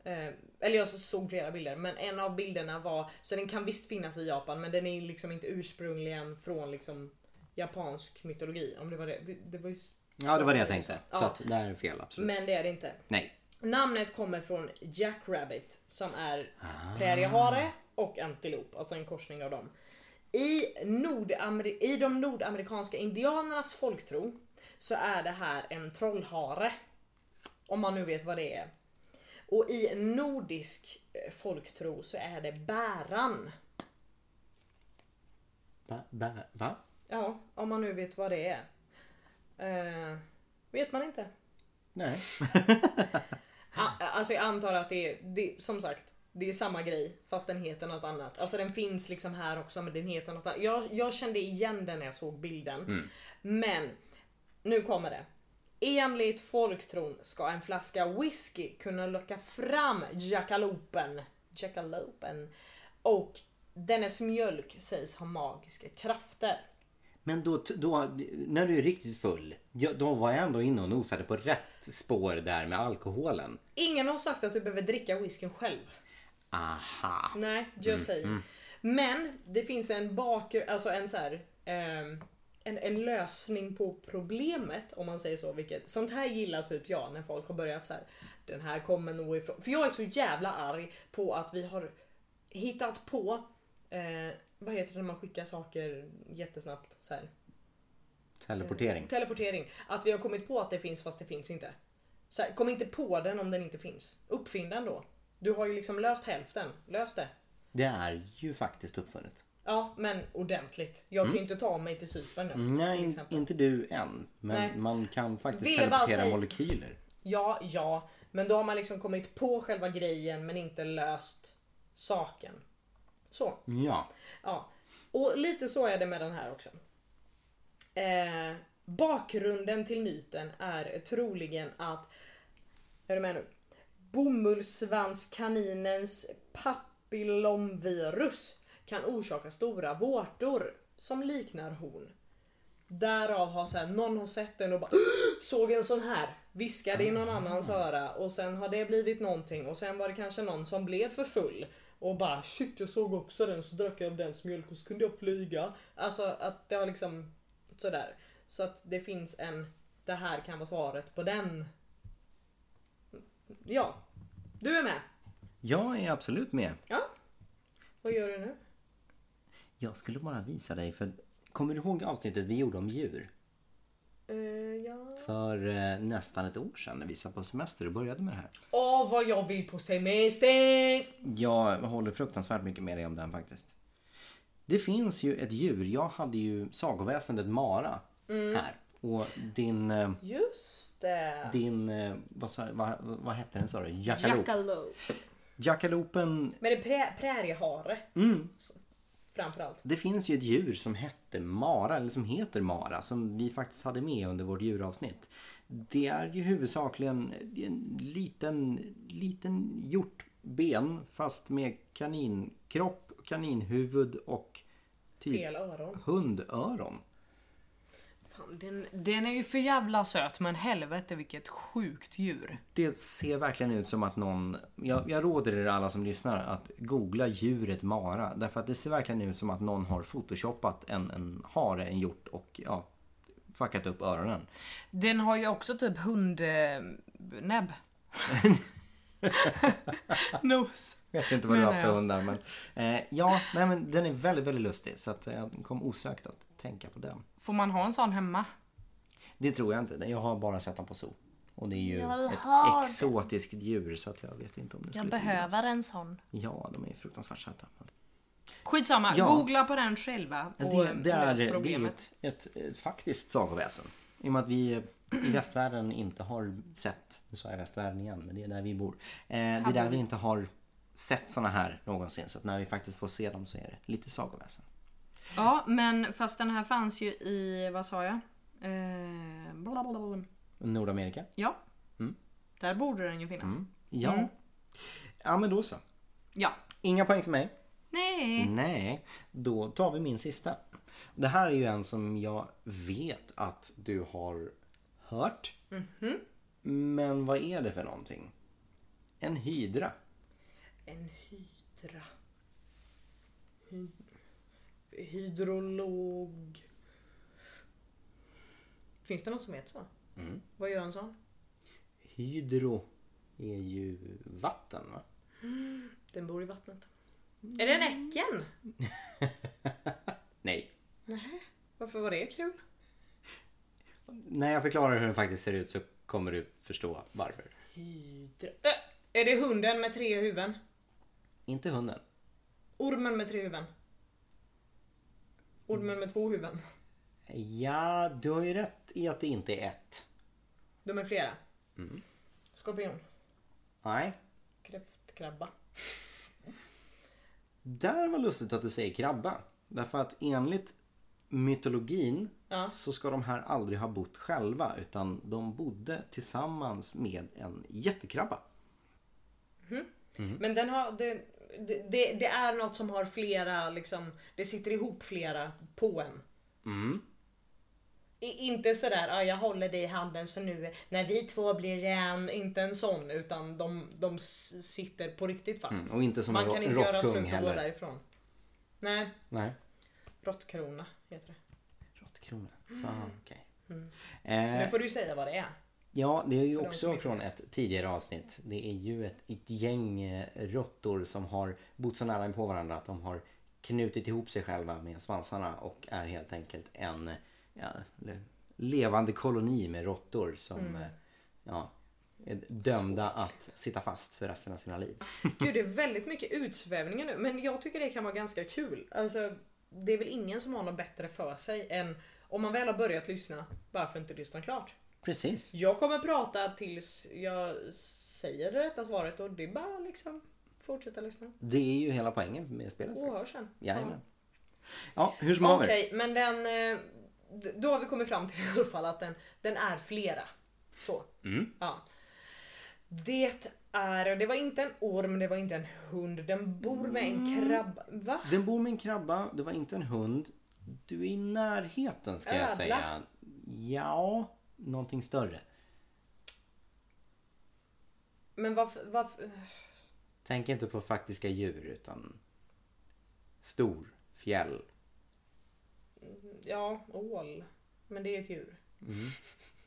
eh, eller jag såg flera bilder men en av bilderna var, så den kan visst finnas i Japan men den är liksom inte ursprungligen från liksom japansk mytologi. Om det var det. Det, det var ju,
Ja, det var det jag tänkte. Så
Ja.
att det här är fel, absolut.
men det är det inte.
Nej.
Namnet kommer från Jack Rabbit som är präriehare och antilop, alltså en korsning av dem. I, Nordamer- I de nordamerikanska indianernas folktro så är det här en trollhare. Om man nu vet vad det är. Och i nordisk eh, folktro så är det bäran.
Va? va, va?
Ja, om man nu vet vad det är. Eh, vet man inte.
Nej.
A- Alltså jag antar att det är, det, som sagt, det är samma grej fast den heter något annat. Alltså den finns liksom här också men den heter något annat. Jag, jag kände igen den när jag såg bilden. Men nu kommer det. Enligt folktron ska en flaska whisky kunna locka fram jackalopen. Jackalopen. Och dennes mjölk sägs ha magiska krafter.
Men då, då, när du är riktigt full, ja, då var jag ändå inne och nosade på rätt spår där med alkoholen.
Ingen har sagt att du behöver dricka whiskyn själv.
Aha.
Nej, jag säger. Men det finns en bakgrund, alltså en så här, ehm, en, en lösning på problemet om man säger så. Vilket, sånt här gillar typ jag när folk har börjat så här. Den här kommer nog ifrån. För jag är så jävla arg på att vi har hittat på. Eh, vad heter det när man skickar saker jättesnabbt? Så här.
Teleportering.
Teleportering. Att vi har kommit på att det finns fast det finns inte. Så här, kom inte på den om den inte finns. Uppfinn den då. Du har ju liksom löst hälften. Lös det.
Det är ju faktiskt uppfunnet.
Ja, men ordentligt. Jag kan ju inte ta mig till Cypern nu. till
Mm, Nej,
exempel.
inte du än. Men
Nej.
man kan faktiskt
Vill jag bara
teleportera
säga-
molekyler.
Ja, ja, men då har man liksom kommit på själva grejen men inte löst saken. Så,
Ja.
ja. Och lite så är det med den här också. Eh, bakgrunden till myten är troligen att, är du med nu? Bomullssvanskaninens papillomvirus kan orsaka stora vårtor som liknar horn. Därav har så här, någon har sett den och bara såg en sån här. Viskade i någon annans öra och sen har det blivit någonting och sen var det kanske någon som blev för full och bara shit jag såg också den så drack jag av dens mjölk och så kunde jag flyga. Alltså att det var liksom sådär. Så att det finns en det här kan vara svaret på den. Ja. Du är med.
Jag är absolut med.
Ja. Vad gör du nu?
Jag skulle bara visa dig för kommer du ihåg avsnittet vi gjorde om djur?
ja.
För eh, nästan ett år sedan när vi satt på semester och började med det här.
Åh vad jag vill på semester!
Jag håller fruktansvärt mycket med dig om den faktiskt. Det finns ju ett djur. Jag hade ju sagoväsendet Mara här. Och din, eh,
Just det.
din eh, vad, sa, vad, vad hette den sa du? Jackalop.
Jackalope.
Jackalopen.
Men det är prä, präriehare.
Mm.
Så, Framförallt.
Det finns ju ett djur som hette Mara, eller som heter Mara, som vi faktiskt hade med under vårt djuravsnitt. Det är ju huvudsakligen en liten, liten hjortben fast med kaninkropp, kaninhuvud och typ
Fel öron.
hundöron.
Fan, den, den är ju för jävla söt men helvete vilket sjukt djur.
Det ser verkligen ut som att någon... Jag, jag råder er alla som lyssnar att googla djuret mara. Därför att det ser verkligen ut som att någon har photoshoppat en, en hare, en hjort och ja, fuckat upp öronen.
Den har ju också typ hundnäbb. Nos.
Jag vet inte vad du
Menar
har för
jag.
hundar men... Eh, ja, nej men den är väldigt, väldigt lustig. Så att eh, jag kom osökt att tänka på den.
Får man ha en sån hemma?
Det tror jag inte. Jag har bara sett den på zoo. Och det är ju
Jag vill ha
ett exotiskt djur så att jag vet inte om det skulle finnas.
en sån.
Ja, de är ju fruktansvärt söta.
Skitsamma,
Ja.
googla på den själva och
Det, det är,
lös
det är ju
problemet.
ett, ett, ett faktiskt sagoväsen. I och med att vi eh, i västvärlden inte har sett, nu sa jag västvärlden igen, men det är där vi bor. Eh, det är där vi inte har sett såna här någonsin. Så att när vi faktiskt får se dem så är det lite sagoväsen.
Ja, men fast den här fanns ju i, vad sa jag? Eh, blablabla.
Nordamerika?
Ja.
Mm.
Där borde den ju finnas.
Ja. Mm. Ja men då så.
Ja.
Inga poäng för mig.
Nej.
Nej, då tar vi min sista. Det här är ju en som jag vet att du har hört. Men vad är det för någonting? En hydra.
En hydra. Hy- hydrolog. Finns det något som heter så? Vad gör en sån?
Hydro är ju vatten va?
Den bor i vattnet. Är det en äcken? Varför var det kul?
När jag förklarar hur den faktiskt ser ut så kommer du förstå varför.
Hydra... Ö, är det hunden med tre huvuden?
Inte hunden.
Ormen med tre huvuden? Ormen med två huvuden?
Ja, du har ju rätt i att det inte är ett.
De är flera. Skorpion.
Nej,
Kräftkrabba.
Där var lustigt att du säger krabba. Därför att enligt mytologin
Ja.
så ska de här aldrig ha bott själva utan de bodde tillsammans med en jättekrabba. Mm.
Men den har... Det, det, det, det är något som har flera liksom... Det sitter ihop flera på en.
Mm.
I, inte sådär ah, jag håller dig i handen så nu när vi två blir en, inte en sån utan de, de s- sitter på riktigt fast.
Mm, Och inte som en
Man
rå-
kan inte göra
råttkung
slut och gå
heller.
därifrån. Nej,
Nej.
råttkrona heter det.
Råttkrona. Fan, okej.
Nu
Eh,
får du säga vad det är.
ja, det är ju
de som
också
inte
från ett tidigare avsnitt. Det är ju ett, ett gäng eh, råttor som har bott så nära på varandra att de har knutit ihop sig själva med svansarna och är helt enkelt en ja, le, levande koloni med råttor som
Mm.
eh, ja, är dömda att sitta fast för resten av sina liv.
Gud det är väldigt mycket utsvävningar nu men jag tycker det kan vara ganska kul. Alltså, det är väl ingen som har något bättre för sig än om man väl har börjat lyssna, varför inte lyssna klart?
Precis.
Jag kommer prata tills jag säger det rätta svaret och det är bara liksom fortsätta lyssna.
Det är ju hela poängen med spelet.
Och hör
faktiskt.
sen.
Jajamän. Ja, hur som
Ja.
haver.
Okej, men den... eh, d- Då har vi kommit fram till i alla fall att den, den är flera. Så.
Mm.
Ja. Det är... Det var inte en orm, det var inte en hund. Den bor med en
Mm.
krabba. Va?
Den bor med en krabba, det var inte en hund. Du är i närheten ska jag
Ödla.
säga. Ja, någonting större.
Men varför... varför
Tänk inte på faktiska djur utan stor, fjäll.
ja, ål. Men det är ett djur.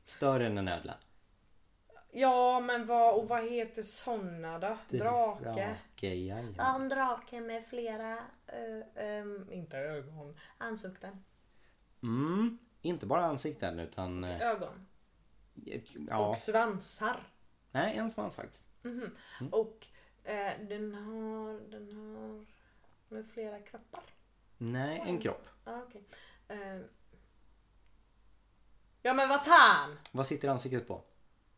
Större än en ödla.
Ja, men vad... Och vad heter såna då? Drake?
Drake, ja, ja.
Ja, en drake med flera eh,
Ö, ehm, inte ögon.
ansikten.
Mm, inte bara ansikten utan... eh,
Ögon.
Ja,
Och svansar.
nej en svans faktiskt.
Och eh, den har... Den har... Med flera kroppar.
Nej, en kropp.
Ja, okej. Eh, Ja men vad fan!
Vad sitter ansiktet på?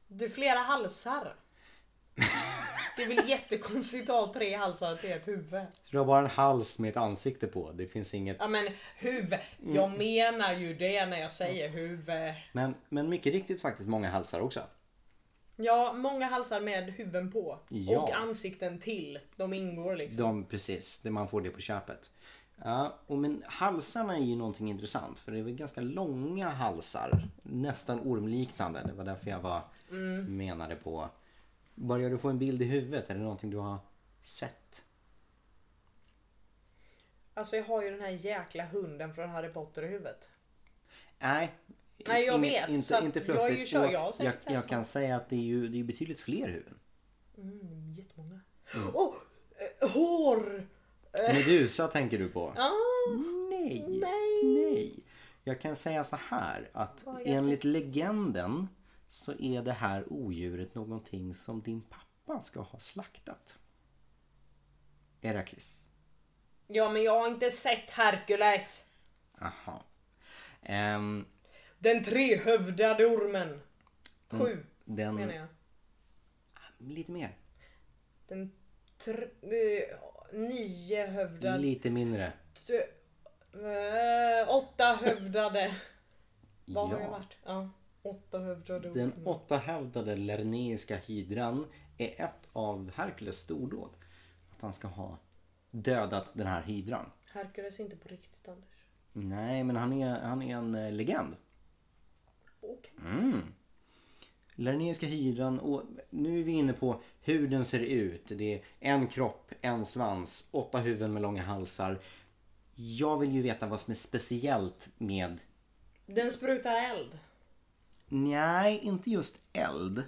Det är flera halsar. Det är väl jättekonstigt att ha tre halsar till ett huvud.
Så du har bara en hals med ett ansikte på. Det finns inget...
Ja men huvud. Jag menar ju det när jag säger huvud.
Men, men mycket riktigt faktiskt många halsar också.
Ja, många halsar med huvuden på.
Ja.
Och ansikten till. De ingår liksom.
De, precis, det man får det på köpet. Ja, och men halsarna är ju någonting intressant för det är väl ganska långa halsar. Nästan ormliknande. Det var därför jag var,
Mm.
menade på. Börjar du få en bild i huvudet? Är det någonting du har sett?
Alltså jag har ju den här jäkla hunden från Harry Potter i huvudet.
Nej.
Nej, jag
inget-
vet,
Inte,
så att
inte
jag är ju
fluffigt.
kör-
Och
jag har
jag,
säkert sett
jag kan säga att det är ju det är betydligt fler huvuden.
Mm, jättemånga. Åh! eh, hår!
Medusa tänker du på?
Ah,
Nej.
Nej.
Nej. Jag kan säga så här att enligt legenden så är det här odjuret någonting som din pappa ska ha slaktat. Herakles.
Ja men jag har inte sett Hercules.
Aha. Ehm,
Den trehövdade ormen. Sju
Mm. den...
menar jag.
Lite mer.
Den tr- eh, niohövdade...
Lite mindre.
eh, åttahövdade. Vad har jag
Ja.
varit? Ja. Åttahövdade ormen.
Den åttahövdade lerneiska hydran är ett av Herkules stordåd. Att han ska ha dödat den här hydran.
Hercules är inte på riktigt Anders.
Nej, men han är, han är en eh, legend.
Okej.
Lerneiska hydran och nu är vi inne på hur den ser ut. Det är en kropp, en svans, åtta huvuden med långa halsar. Jag vill ju veta vad som är speciellt med...
Den sprutar eld.
Nej, inte just eld.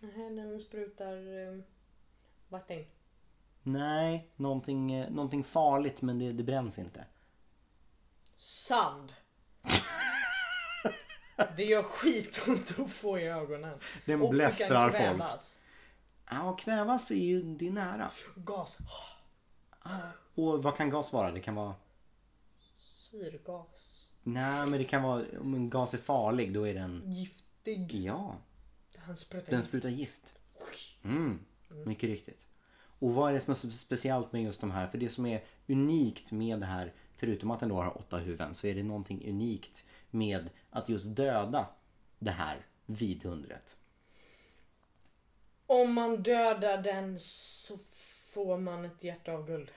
Nej, den sprutar eh, vatten.
Nej, någonting, eh, någonting farligt men det, det bränns inte.
Sand. Det gör skitont att få i ögonen.
Den
Och du kan
blästrar folk.
kvävas.
Ja, och kvävas är ju, det är nära.
Gas.
Och vad kan gas vara? Det kan vara...
Syrgas.
Nej, men det kan vara... Om en gas är farlig, då är den...
Giftig.
Ja,
Han sprutar
den
gift.
sprutar gift. Mm, mycket riktigt. Och vad är det som är så speciellt med just de här? För det som är unikt med det här, förutom att den då har åtta huvuden, så är det någonting unikt med att just döda det här vidundret.
Om man dödar den så får man ett hjärta av guld.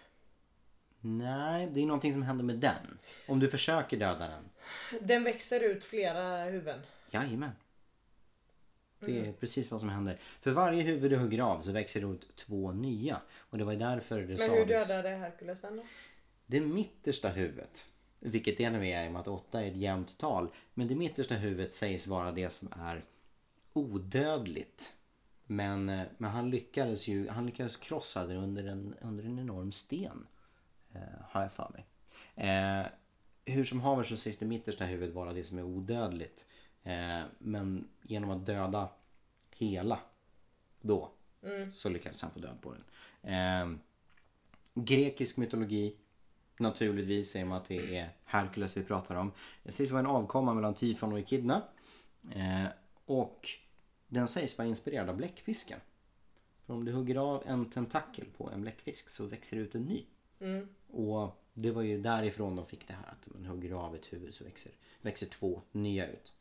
Nej, det är någonting som händer med den. Om du försöker döda den.
Den växer ut flera huvuden.
Jajamän. Det
Mm.
är precis vad som händer. För varje huvud du hugger av så växer det ut två nya. Och det var ju därför det
Men hur
sades-
dödade Herkules den då?
Det mittersta huvudet, vilket det nu är i och med att 8 är ett jämnt tal, men det mittersta huvudet sägs vara det som är odödligt. Men, eh, men han lyckades ju, han lyckades krossa det under en, under en enorm sten. Eh, har jag för mig. Eh, hur som haver så sägs det mittersta huvudet vara det som är odödligt. Eh, men genom att döda hela då så lyckades han få död på den. Eh, grekisk mytologi Naturligtvis säger man att det är Herkules vi pratar om. Det sägs vara en avkomma mellan Tyfon och Echidna. Eh, och den sägs vara inspirerad av bläckfisken. För om du hugger av en tentakel på en bläckfisk så växer det ut en ny. Och det var ju därifrån de fick det här att man hugger av ett huvud så växer, växer två nya ut.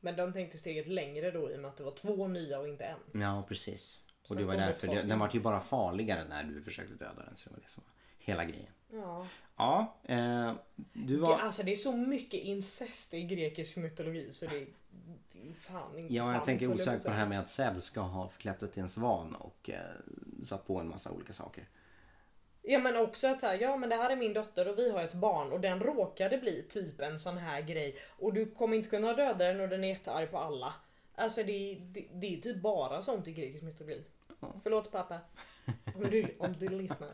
Men de tänkte steget längre då i och med att det var två nya och inte en.
Ja, precis. Och
Sen
det var
kom det
därför
två.
det, den var ju bara farligare när du försökte döda den. Så det var det som var hela grejen.
Ja.
Ja, eh, du var...
Alltså det är så mycket incest i grekisk mytologi så det är, det är fan inte
Ja, jag
sant,
tänker
höll på
osökt
att
på det
säga.
här med att Zeus ska ha förklätt sig till en svan och eh, satt på en massa olika saker.
Ja men också att så här, ja men det här är min dotter och vi har ett barn och den råkade bli typ en sån här grej och du kommer inte kunna döda den och den är jättearg på alla. Alltså det, är- det, det är typ bara sånt i grekisk mytologi. Förlåt pappa. Om du, om du lyssnar.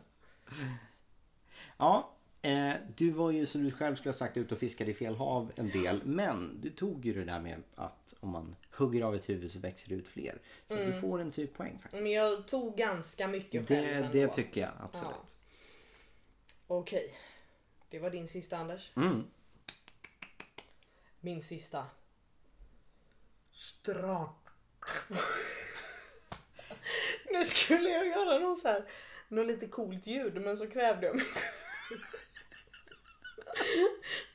Ja, eh, du var ju som du själv skulle ha sagt ute och fiskade i fel hav en del. Men du tog ju det där med att om man hugger av ett huvud så växer det ut fler. Så du får en typ poäng
Men
faktiskt.
jag tog ganska mycket själv
Det,
ändå.
det tycker jag absolut.
Okej. Det var din sista Anders.
Mm.
Min sista. Strak. nu skulle jag göra någon så här, något lite coolt ljud men så kvävde jag mig.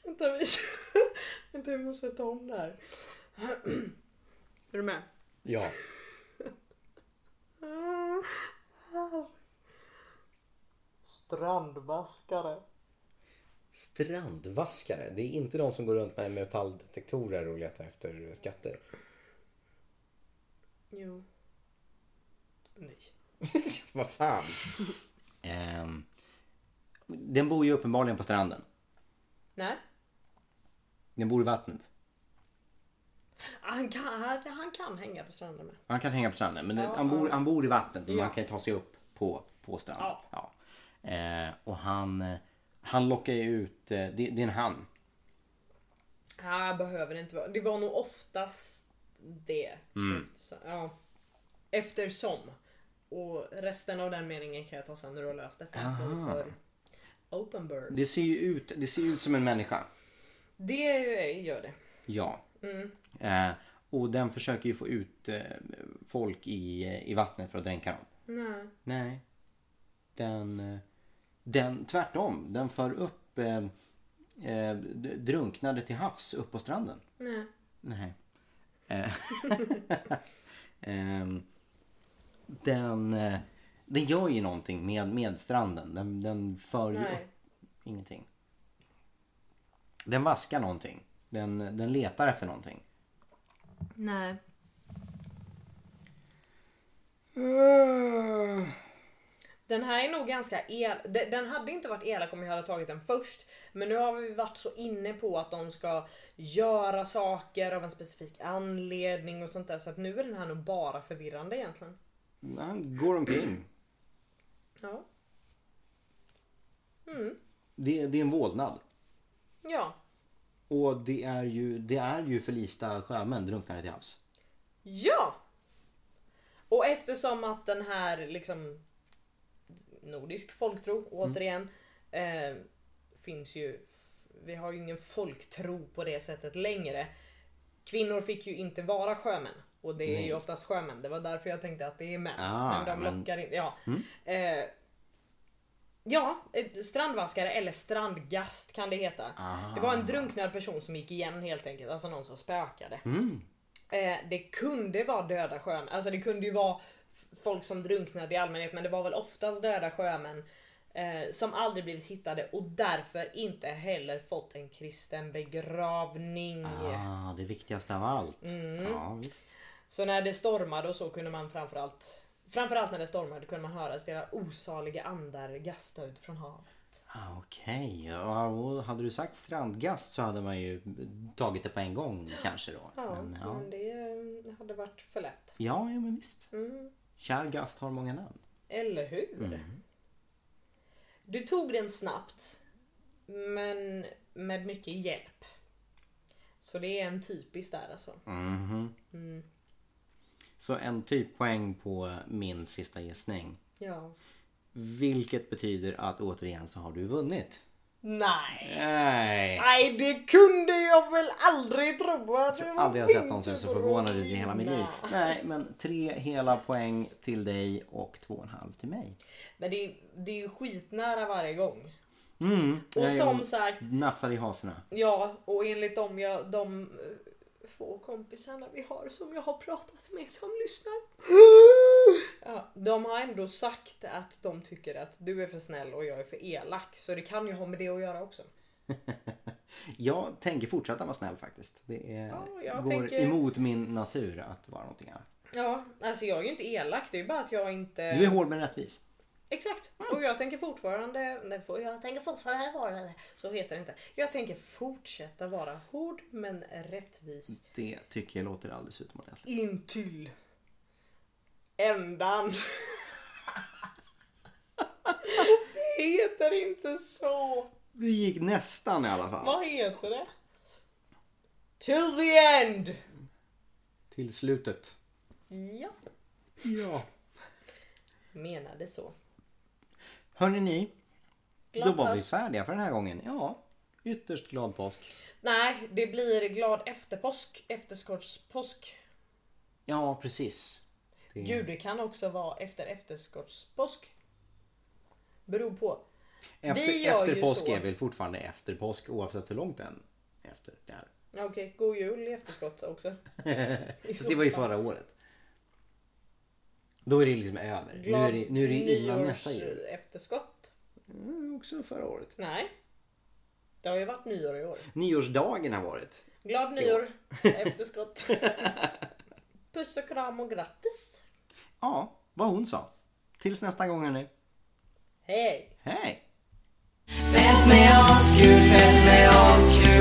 Vänta, vi... Vänta, vi måste ta om det här. är du med?
Ja.
Strandvaskare.
Strandvaskare, det är inte de som går runt med metalldetektorer och letar efter skatter.
Jo. Nej.
Vad fan. Ehm, den bor ju uppenbarligen på stranden.
Nej.
Den bor i vattnet.
Han kan, han, han kan hänga på stranden med.
Han kan hänga på stranden, men det, han, bor, han bor i vattnet men man kan ju ta sig upp på, på stranden.
Ja.
Ja. Eh, och han, eh, han lockar ju ut, eh, det, det är en han.
Ja, behöver det inte vara. Det var nog oftast det. Eftersom, ja. Eftersom. Och resten av den meningen kan jag ta sen när du har löst det. För att den är för open bird.
Det ser ju ut, det ser ut som en människa.
Det gör det.
Ja. Eh, och den försöker ju få ut eh, folk i, eh, i vattnet för att dränka dem.
Nej.
Nej. Den, eh, den tvärtom, den för upp eh, eh, d- drunknade till havs upp på stranden.
Nej.
Nej. Eh, ehm, den, eh, den gör ju någonting med, med stranden. Den, den för ju
Nej.
upp ingenting. Den vaskar någonting. Den, den letar efter någonting.
Nej.
Den här är nog ganska el... de- Den hade inte varit elak om jag hade tagit den först. Men nu har vi varit så inne på att de ska göra saker av en specifik anledning och sånt där. Så att nu är den här nog bara förvirrande egentligen.
Han går omkring.
Ja.
Det, det är en vålnad.
Ja.
Och det är ju, det är ju förlista sjömän drunknade till havs.
Ja! Och eftersom att den här liksom nordisk
Mm.
folktro återigen eh, finns ju. Vi har ju ingen folktro på det sättet längre. Kvinnor fick ju inte vara sjömän och det är ju oftast sjömän. Det var därför jag tänkte att det är män.
Ah,
men de
men- Mm.
lockar inte. Ja. Eh, Ja, eh, strandvaskare eller strandgast kan det heta.
Ah.
Det var en drunknad person som gick igen helt enkelt, alltså någon som spökade.
Mm.
Eh, det kunde vara döda sjömän, alltså det kunde ju vara f- folk som drunknade i allmänhet men det var väl oftast döda sjömän eh, som aldrig blivit hittade och därför inte heller fått en kristen begravning.
Ah, det viktigaste av allt. Ja, visst.
Så när det stormade och så kunde man framförallt Framförallt när det stormade kunde man höra sina osaliga andar gasta ut från havet.
Ah, Okej, ja, och hade du sagt strandgast så hade man ju tagit det på en gång kanske då.
Ja,
Men,
men,
ja.
det eh, hade varit för lätt.
Ja, ja men visst.
Mm.
Kär gast har många namn.
Eller hur?
Mm.
Du tog den snabbt, men med mycket hjälp. Så det är en typisk där alltså.
Mm. Så en typ poäng på min sista gissning.
Ja.
Vilket betyder att återigen så har du vunnit.
Nej.
Nej!
Nej, det kunde jag väl aldrig tro att det var
Aldrig har jag sett
min
någon som är
tur
så
att
förvånad ut i
vinna.
hela mitt liv. Nej, men tre hela poäng till dig och två och en halv till mig.
Men det är, det är ju skitnära varje gång.
Mm.
Och
jag
som sagt,
Nafsar i hasorna.
ja, och enligt dem jag, de eh, få kompisarna vi har som jag har pratat med som lyssnar. Ja, de har ändå sagt att de tycker att du är för snäll och jag är för elak. Så det kan ju ha med det att göra också.
Jag tänker fortsätta vara snäll faktiskt. Det är,
Ja, jag
går
tänker-
emot min natur att vara någonting annat.
Ja, alltså jag är ju inte elak. Det är ju bara att jag inte...
Du är hård men rättvis.
Exakt! Och jag tänker fortfarande... Nej, får- jag tänker fortfarande vara det. Så heter det inte. Jag tänker fortsätta vara hård men rättvis.
Det tycker jag låter alldeles utomordentligt.
Intill. Ändan. det heter inte så.
Det gick nästan i alla fall.
Vad heter det? Till the end!
Till slutet.
Ja,
Ja.
menade så.
Hörrni ni, då
Glad
var vi
påsk.
färdiga för den här gången. Ja, ytterst glad påsk.
Nej, det blir glad efterpåsk. Efterskottspåsk.
Ja, precis. Det-
Gud, det kan också vara efter efterskottspåsk. Beror på.
Efter,
vi gör
efter
ju
påsk
så.
är väl fortfarande efter påsk oavsett hur långt den är efter det här.
Ja, Okej, god jul i efterskott också. I
Så
så
det var ju
fall.
förra året. Då är det liksom över. Nu är det, nu är det innan
Nyårs-
nästa jul.
efterskott.
Mm, också förra året.
Nej. Det har ju varit nyår i år.
Nyårsdagen har varit.
Glad nyår, efterskott. Puss och kram och grattis.
Ja, vad hon sa. Tills nästa gång hörni.
Hej!
Hej!
Fett med oss, kul, fett med oss, kul